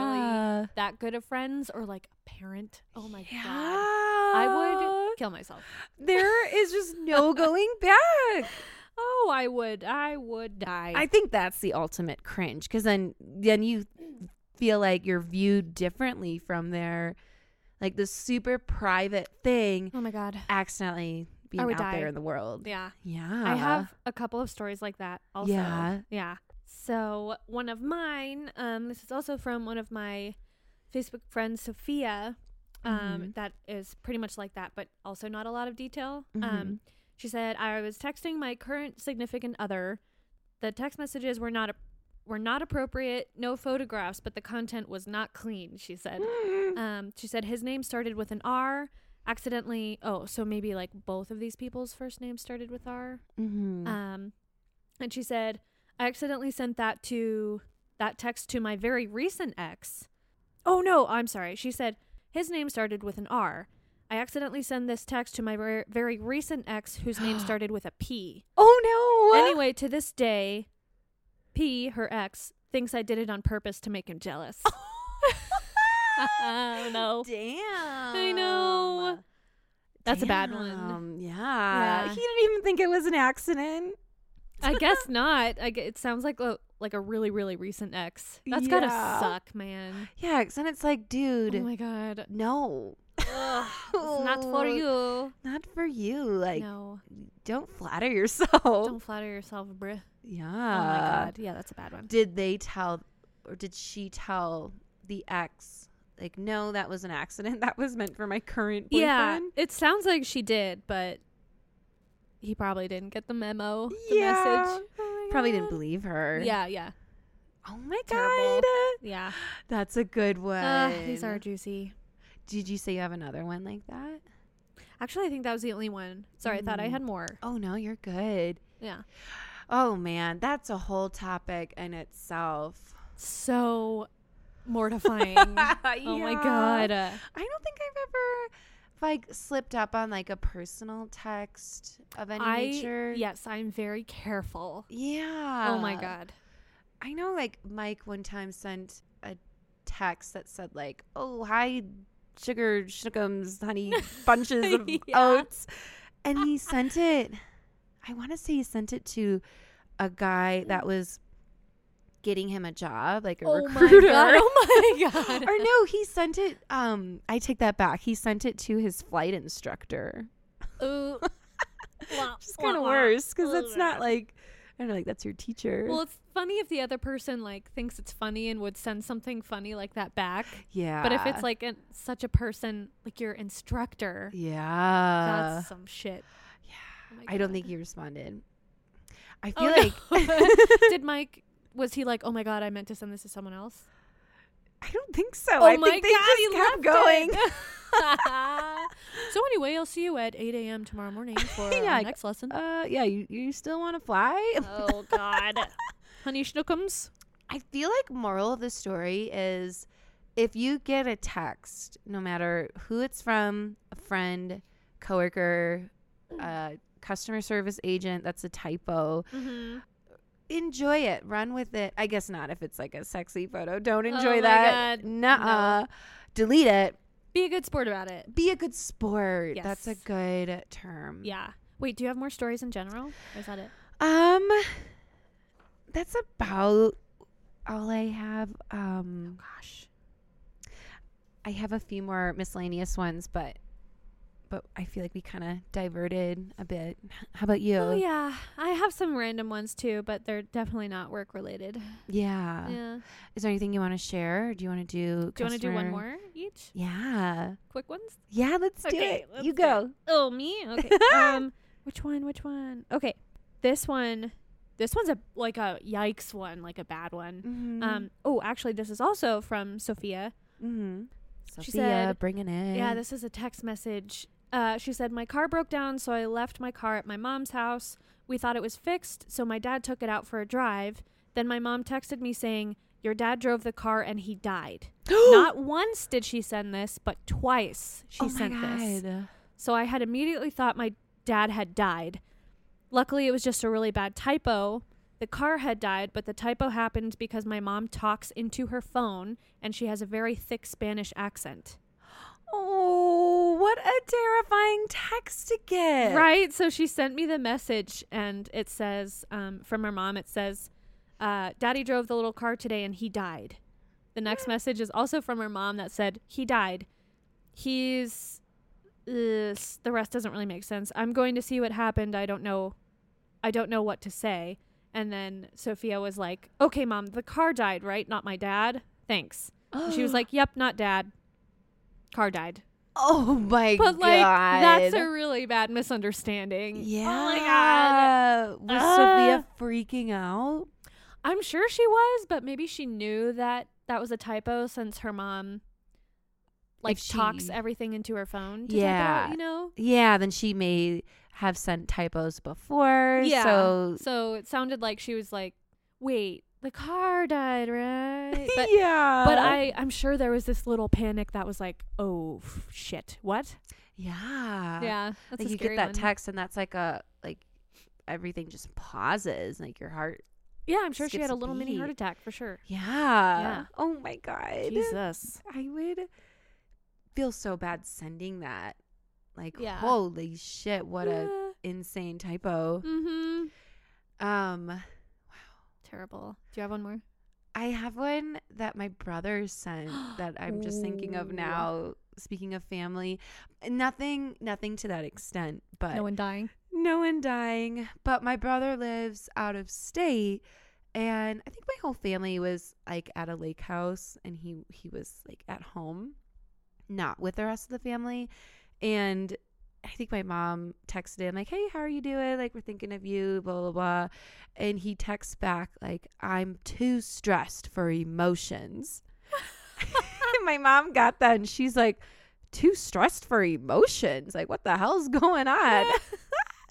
B: really that good of friends or like a parent. Oh my god. I would kill myself.
C: would There is just no going back.
B: Oh, I would. I would die.
C: I think that's the ultimate cringe cuz then then you feel like you're viewed differently from their like the super private thing
B: oh my god.
C: accidentally being out
B: would die.
C: there in the world.
B: Yeah.
C: Yeah.
B: I
C: [LAUGHS]
B: have a couple of stories like that also.
C: Yeah.
B: Yeah. So one of mine, um, this is also from one of my Facebook friends, Sophia. Um,
C: Mhm.
B: that is pretty much like that, but also not a lot of detail.
C: Mhm.
B: Um, she said, I was texting my current significant other. The text messages were not a- were not appropriate, no photographs, but the content was not clean, she said. Um, she said his name started with an R. Accidentally, oh, so maybe like both of these people's first names started with R.
C: Mhm.
B: Um, and she said, I accidentally sent that to that text to my very recent ex. Oh no, I'm sorry. She said his name started with an R. I accidentally sent this text to my ver- very recent ex whose name started with a P.
C: Oh no. [LAUGHS]
B: Anyway, [LAUGHS] to this day, P, her ex, thinks I did it on purpose to make him jealous. Oh, no.
C: Damn.
B: I know. Um, That's a bad one.
C: Damn. Yeah.
B: Yeah.
C: He didn't even think it was an accident. [LAUGHS]
B: I guess not. I gue- it sounds like a, like a really really recent ex. That's got to
C: Yeah.
B: suck, man.
C: Yeah, 'cause then it's like, dude,
B: Oh my god.
C: no.
B: It's not
C: [LAUGHS]
B: for you.
C: Not for you. Oh. Like, oh.
B: no,
C: don't flatter yourself.
B: don't flatter yourself, bruh.
C: [LAUGHS] Yeah.
B: oh my
C: Uh.
B: god, yeah, that's a bad one.
C: Did they tell, or did she tell the ex, like, no, that was an accident. [LAUGHS] That was meant for my current
B: Yeah,
C: boyfriend?
B: it sounds like she did, but he probably didn't get the memo, the message.
C: Oh my Probably didn't
B: God.
C: believe her.
B: Yeah, yeah,
C: Oh my
B: Terrible.
C: god.
B: yeah.
C: That's a good one.
B: Ugh, these are juicy.
C: Did you say you have another one like that?
B: Actually, I think that was the only one. Sorry, I thought I
C: Mm.
B: had more.
C: Oh no, you're good.
B: Yeah,
C: Oh man, that's a whole topic
B: [LAUGHS]
C: in itself.
B: so mortifying.
C: [LAUGHS]
B: oh my
C: Yeah.
B: god. Uh,
C: I don't think I've ever like slipped up on like a personal text of any
B: I
C: nature. Uh,
B: yes, I'm very careful.
C: Yeah.
B: oh my god.
C: I know like Mike one time sent a text that said like, "Oh, hi sugar
B: [LAUGHS]
C: shookums, honey bunches of
B: Yeah.
C: oats." And
B: [LAUGHS]
C: he sent it. I want to say he sent it to a guy that was getting him a job, like a
B: Mm. Oh my
C: recruiter.
B: god. Oh my [LAUGHS] god.
C: [LAUGHS] or no, he sent it um I take that back. He sent it to his flight instructor.
B: Ooh.
C: Which is kind of worse cuz that's not like And they're like, that's your teacher.
B: Well, it's funny if the other person like thinks it's funny and would send something funny like that back.
C: yeah.
B: But if it's like an, such a person, like your instructor,
C: yeah.
B: that's some shit.
C: yeah.
B: Oh my
C: I don't
B: God.
C: think he responded. I
B: Oh,
C: feel
B: no. [LAUGHS]
C: like [LAUGHS]
B: Did Mike? Was he like, oh my god, I meant to send this to someone else?
C: I don't think so.
B: oh
C: I
B: my
C: think they
B: god, he
C: just kept
B: left [LAUGHS]
C: going.
B: it. [LAUGHS] so anyway, I'll see you at 8 a.m. tomorrow
C: [LAUGHS]
B: morning for
C: Yeah,
B: our
C: like,
B: next lesson.
C: Uh, yeah. You you still want to fly?
B: oh god, honey schnookums.
C: I feel like moral of the story is if you get a text, no matter who it's from, a friend, coworker, uh, customer service agent, that's a typo.
B: Mm-hmm.
C: Enjoy it. Run with it. I guess not if it's like a sexy photo. Don't enjoy
B: Oh my
C: that.
B: God,
C: Nuh-uh. Delete it.
B: Be a good sport about it.
C: Be a good sport. That's a
B: Yes.
C: good term.
B: Yeah. Wait, do you have more stories in general? Or is that it?
C: Um that's about all I have. Um
B: Gosh.
C: I have a few more miscellaneous ones, but but I feel like we kind of diverted a bit. How about you?
B: Oh yeah, I have some random ones too, but they're definitely not work related.
C: Yeah.
B: yeah.
C: Is there anything you want to share? Or do you want to do?
B: Do you want to do one
C: customer-
B: more each?
C: Yeah.
B: Quick ones?
C: Yeah. Let's do
B: Okay,
C: it.
B: let's
C: you
B: do it.
C: go.
B: Oh, me? Okay. [LAUGHS] um, which one? Which one? Okay. This one. This one's a like a yikes one, like a bad one.
C: Mhm.
B: Um, oh, actually this is also from Sophia.
C: Mhm. Sophia,
B: she said-
C: bringing it.
B: Yeah, this is a text message. Uh, she said, My car broke down, so I left my car at my mom's house. We thought it was fixed, so my dad took it out for a drive. Then my mom texted me saying, Your dad drove the car and he
C: [GASPS]
B: died. Not once did she send this, but twice she
C: oh
B: sent
C: my
B: this.
C: God.
B: So I had immediately thought my dad had died. Luckily, it was just a really bad typo. The car had died, but the typo happened because my mom talks into her phone and she has a very thick Spanish accent.
C: Oh, what a terrifying text to get. [GASPS]
B: Right. So she sent me the message, and it says um, from her mom. It says, uh, "Daddy drove the little car today, and he died." The next message is also from her mom that said, "He died. He's." Uh, s- the rest doesn't really make sense. I'm going to see what happened. I don't know. I don't know what to say. And then Sophia was like, "Okay, mom, the car died, right? Not my dad. Thanks." And
C: [GASPS]
B: she was like, "Yep, not dad. Car died."
C: Oh my
B: but
C: god.
B: like that's a really bad misunderstanding.
C: Yeah.
B: Oh my god.
C: Was Sophia freaking out?
B: [GASPS] I'm sure she was, but maybe she knew that that was a typo since her mom like
C: If
B: talks
C: she-
B: everything into her phone. To yeah.
C: Yeah.
B: Out, you know.
C: Yeah, then she may have sent typos before.
B: Yeah.
C: So
B: so it sounded like she was like, "Wait, the car died,
C: [LAUGHS]
B: right?" But
C: yeah.
B: but I I'm sure there was this little panic that was like, "Oh f- shit, what?"
C: yeah.
B: yeah, that's
C: like
B: a
C: you
B: scary
C: get that
B: one.
C: text and that's like a like everything just pauses like your heart.
B: Yeah, I'm sure she
C: skips
B: had a
C: a
B: little mini heart
C: beat.
B: attack for sure.
C: Yeah.
B: Yeah.
C: Oh my god.
B: Jesus.
C: I would feel so bad sending that. Like
B: Yeah.
C: holy shit, what a
B: yeah.
C: insane typo.
B: Mm-hmm.
C: Um
B: Terrible. Do you have one more?
C: I have one that my brother sent that I'm just thinking of
B: Ooh.
C: now. Speaking of family, nothing, nothing to that extent, but
B: no one dying.
C: no one dying. But my brother lives out of state, and I think my whole family was like at a lake house, and he he was like at home, not with the rest of the family, and. I think my mom texted him like, "Hey, how are you doing? Like, we're thinking of you, blah blah blah," and he texts back like, "I'm too stressed for emotions." [LAUGHS] And my mom got that, and she's like, "Too stressed for emotions? Like, what the hell's going on?"
B: [LAUGHS]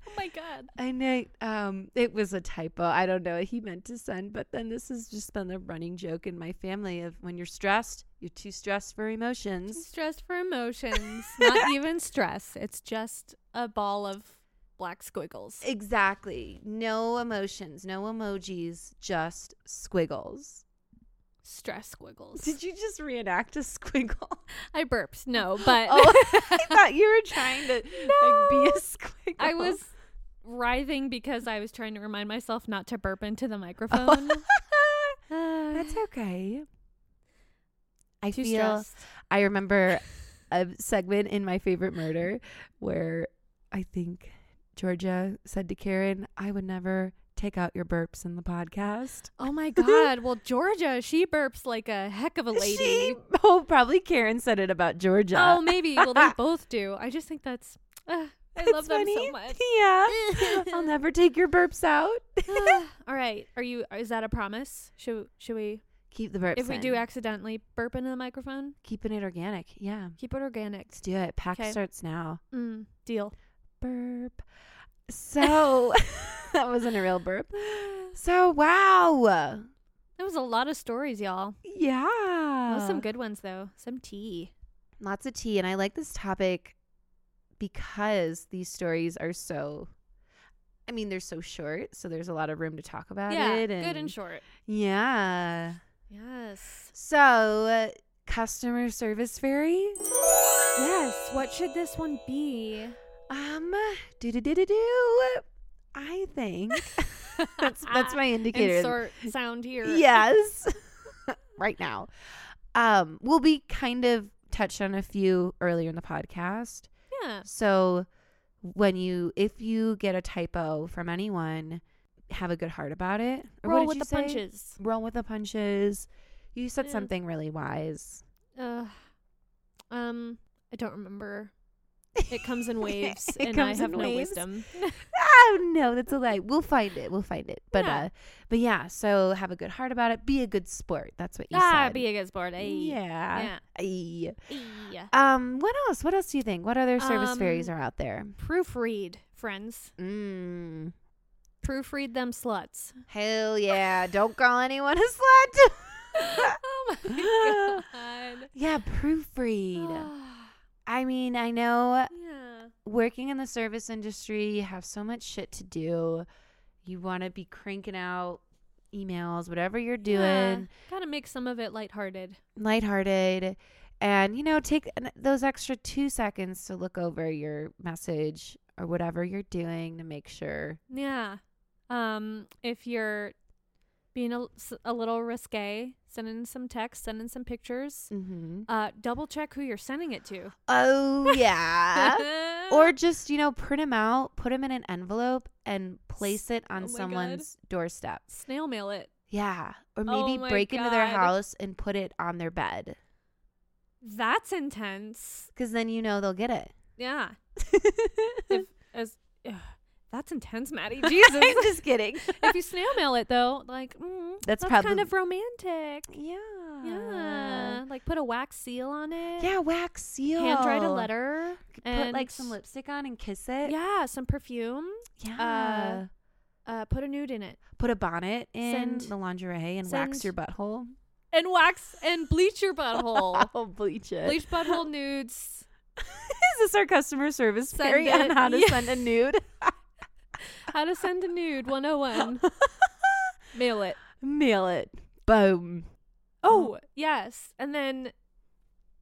B: Oh my [LAUGHS] god.
C: And it, um, it was a typo. I don't know what he meant to send, but then this has just been the running joke in my family of when you're stressed, you're too stressed for emotions.
B: Stressed for emotions.
C: [LAUGHS]
B: Not even stress. It's just a ball of black squiggles.
C: Exactly. No emotions, no emojis, just squiggles.
B: Stress squiggles.
C: Did you just reenact a squiggle?
B: I burped. No, but
C: [LAUGHS] oh, [LAUGHS] I thought you were trying [LAUGHS] to like be
B: No.
C: a squiggle.
B: [LAUGHS] I was writhing because I was trying to remind myself not to burp into the microphone. [LAUGHS] Ah,
C: [LAUGHS] Oh. [LAUGHS] That's okay. I
B: too
C: feel
B: stressed.
C: I remember a segment in My Favorite Murder where I think Georgia said to Karen, I would never take out your burps in the [LAUGHS] podcast.
B: Oh my God. well, Georgia, she burps like a heck of a lady.
C: She, oh, probably Karen said it about Georgia.
B: Oh, maybe. Well,
C: [LAUGHS]
B: they both do. I just think that's. Uh, I
C: That's
B: love them
C: funny.
B: so much.
C: Yeah. [LAUGHS] I'll never take your burps out.
B: Ah, all right. Are you? Is that a promise? Should Should we?
C: Keep the burps.
B: If we do
C: in.
B: accidentally burp into the microphone,
C: keeping it organic. Yeah.
B: keep it organic.
C: Let's do it. Pack
B: 'Kay.
C: starts now.
B: Mm,
C: [LAUGHS]
B: deal.
C: Burp. So [LAUGHS] that wasn't a real burp. So wow.
B: That was a lot of stories, y'all.
C: Yeah.
B: That was
C: Uh,
B: some good ones though. Some tea.
C: Lots of tea. And I like this topic because these stories are so I mean, they're so short, so there's a lot of room to talk about
B: yeah,
C: it.
B: good and short.
C: Yeah.
B: Yes.
C: So uh, customer service fairy.
B: Yes. What should this one be? [LAUGHS]
C: Um, do do do do do. I
B: [LAUGHS]
C: think that's that's my indicator.
B: Ah, Insert sound here.
C: Yes, [LAUGHS] right now. Um, we'll be kind of touched on a few earlier in the podcast.
B: Yeah.
C: So when you, if you get a typo from anyone, have a good heart about it. Or what
B: Roll
C: did
B: with
C: you
B: the
C: say?
B: punches.
C: Roll with the punches. You said
B: Yeah.
C: something
B: [LAUGHS]
C: really wise.
B: Uh, um, I don't remember. It comes
C: [LAUGHS]
B: in waves,
C: It
B: and
C: comes
B: I have
C: in
B: no
C: waves.
B: wisdom.
C: oh no that's a lie we'll find it we'll find it but
B: Yeah.
C: uh but yeah so have a good heart about it be a good sport that's what you
B: ah,
C: said
B: be a good sport. eh?
C: yeah,
B: Yeah.
C: Ay.
B: Eh.
C: um what else what else do you think what other service fairies
B: Um,
C: are out there
B: Proofread, friends.
C: mm.
B: Proofread them
C: [LAUGHS]
B: sluts.
C: hell yeah don't call anyone a slut [LAUGHS]
B: oh my god.
C: yeah proofread i mean i know
B: [SIGHS] yeah.
C: working in the service industry, you have so much shit to do. You want to be cranking out emails, whatever you're doing,
B: Yeah. Gotta make some of it lighthearted.
C: lighthearted. And, you know, take an- those extra two seconds to look over your message or whatever you're doing to make sure.
B: Yeah. Um, if you're being a, s- a little risque, send in some texts, send in some pictures.
C: Mm-hmm.
B: Uh, double check who you're sending it to.
C: Oh,
B: [LAUGHS]
C: yeah. Uh, or just, you know, print them out, put them in an envelope, and place it on
B: Oh my God.
C: someone's doorstep.
B: snail mail it.
C: Yeah.
B: Oh
C: Or maybe
B: my
C: break into their
B: God.
C: house and put it on their bed.
B: That's intense.
C: Because then you know they'll
B: [LAUGHS]
C: get it.
B: Yeah. If as ugh, that's intense,
C: [LAUGHS]
B: Maddie. Jesus.
C: I'm just kidding.
B: if you snail mail it though, like mm,
C: That's
B: kind
C: probab-
B: of romantic.
C: [LAUGHS] yeah.
B: Yeah. Like put a wax seal on it.
C: Yeah, wax seal.
B: Hand write a letter.
C: Put
B: and
C: like some lipstick on and kiss it.
B: Yeah, some perfume.
C: Yeah.
B: Uh, put a nude in it.
C: Put a bonnet in
B: send-
C: the lingerie and wax
B: send- [LAUGHS]
C: your butthole.
B: And wax and bleach your
C: [LAUGHS]
B: butthole.
C: I'll bleach it.
B: bleach butthole nudes.
C: Is this our customer service
B: Send
C: Perry on
B: it-
C: how to [LAUGHS]
B: Yeah.
C: send a nude?
B: How to send a nude 101. Mail it.
C: [LAUGHS] Mail it. Boom.
B: Oh, yes. And then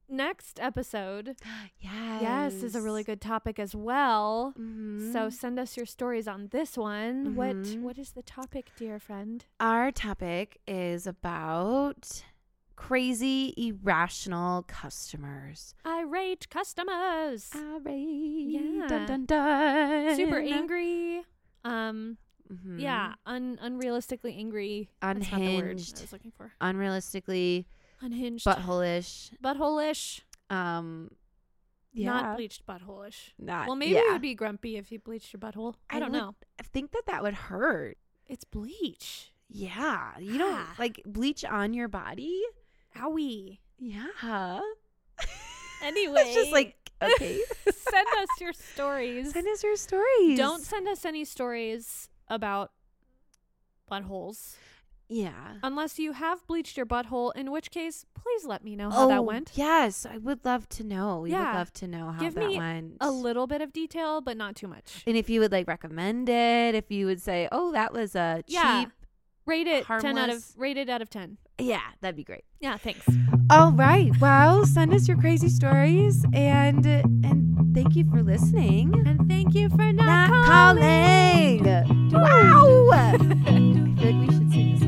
B: next episode,
C: [GASPS] Yes.
B: yes, is a really good topic as well.
C: Mhm.
B: So send us your stories on this one.
C: Mhm.
B: What what is the topic, dear friend?
C: Our topic is about crazy, irrational customers.
B: Irate customers.
C: Irate.
B: Yeah.
C: Dun, dun, dun. Mm-hmm.
B: Super angry. Um
C: Mhm.
B: yeah, un- unrealistically angry. That's not the word
C: Unhinged.
B: I was looking for.
C: Unrealistically
B: Unhinged.
C: butthole-ish.
B: butthole-ish.
C: Um,
B: Not bleached butthole-ish.
C: Not-
B: Well, maybe
C: Uh, yeah.
B: it would be grumpy if you bleached your butthole. I, don't
C: would-
B: know.
C: I think that that would hurt.
B: It's bleach.
C: Yeah. You don't
B: Ah.
C: like bleach on your body.
B: Owie. [LAUGHS]
C: Yeah.
B: Anyway.
C: [LAUGHS] it's just like, [LAUGHS]
B: [LAUGHS]
C: okay.
B: send us your stories.
C: Send us your stories.
B: Don't send us any stories about buttholes.
C: Yeah.
B: Unless you have bleached your butthole, in which case, please let me know how
C: Oh,
B: that went.
C: Yes, I would love to know. We
B: Yeah.
C: would love to know how
B: Give
C: that
B: me
C: went.
B: A little bit of detail, but not too much.
C: and if you would like recommend it, if you would say, "Oh, that was a
B: Yeah.
C: cheap,"
B: Rate it 10 out of
C: harmless-
B: rate it out of 10.
C: yeah, that'd be great.
B: Yeah, thanks.
C: All right. Well, send us your crazy stories, and and thank you for listening.
B: And thank you for not,
C: Not
B: calling.
C: [LAUGHS] calling. Wow. I feel like we should sing this.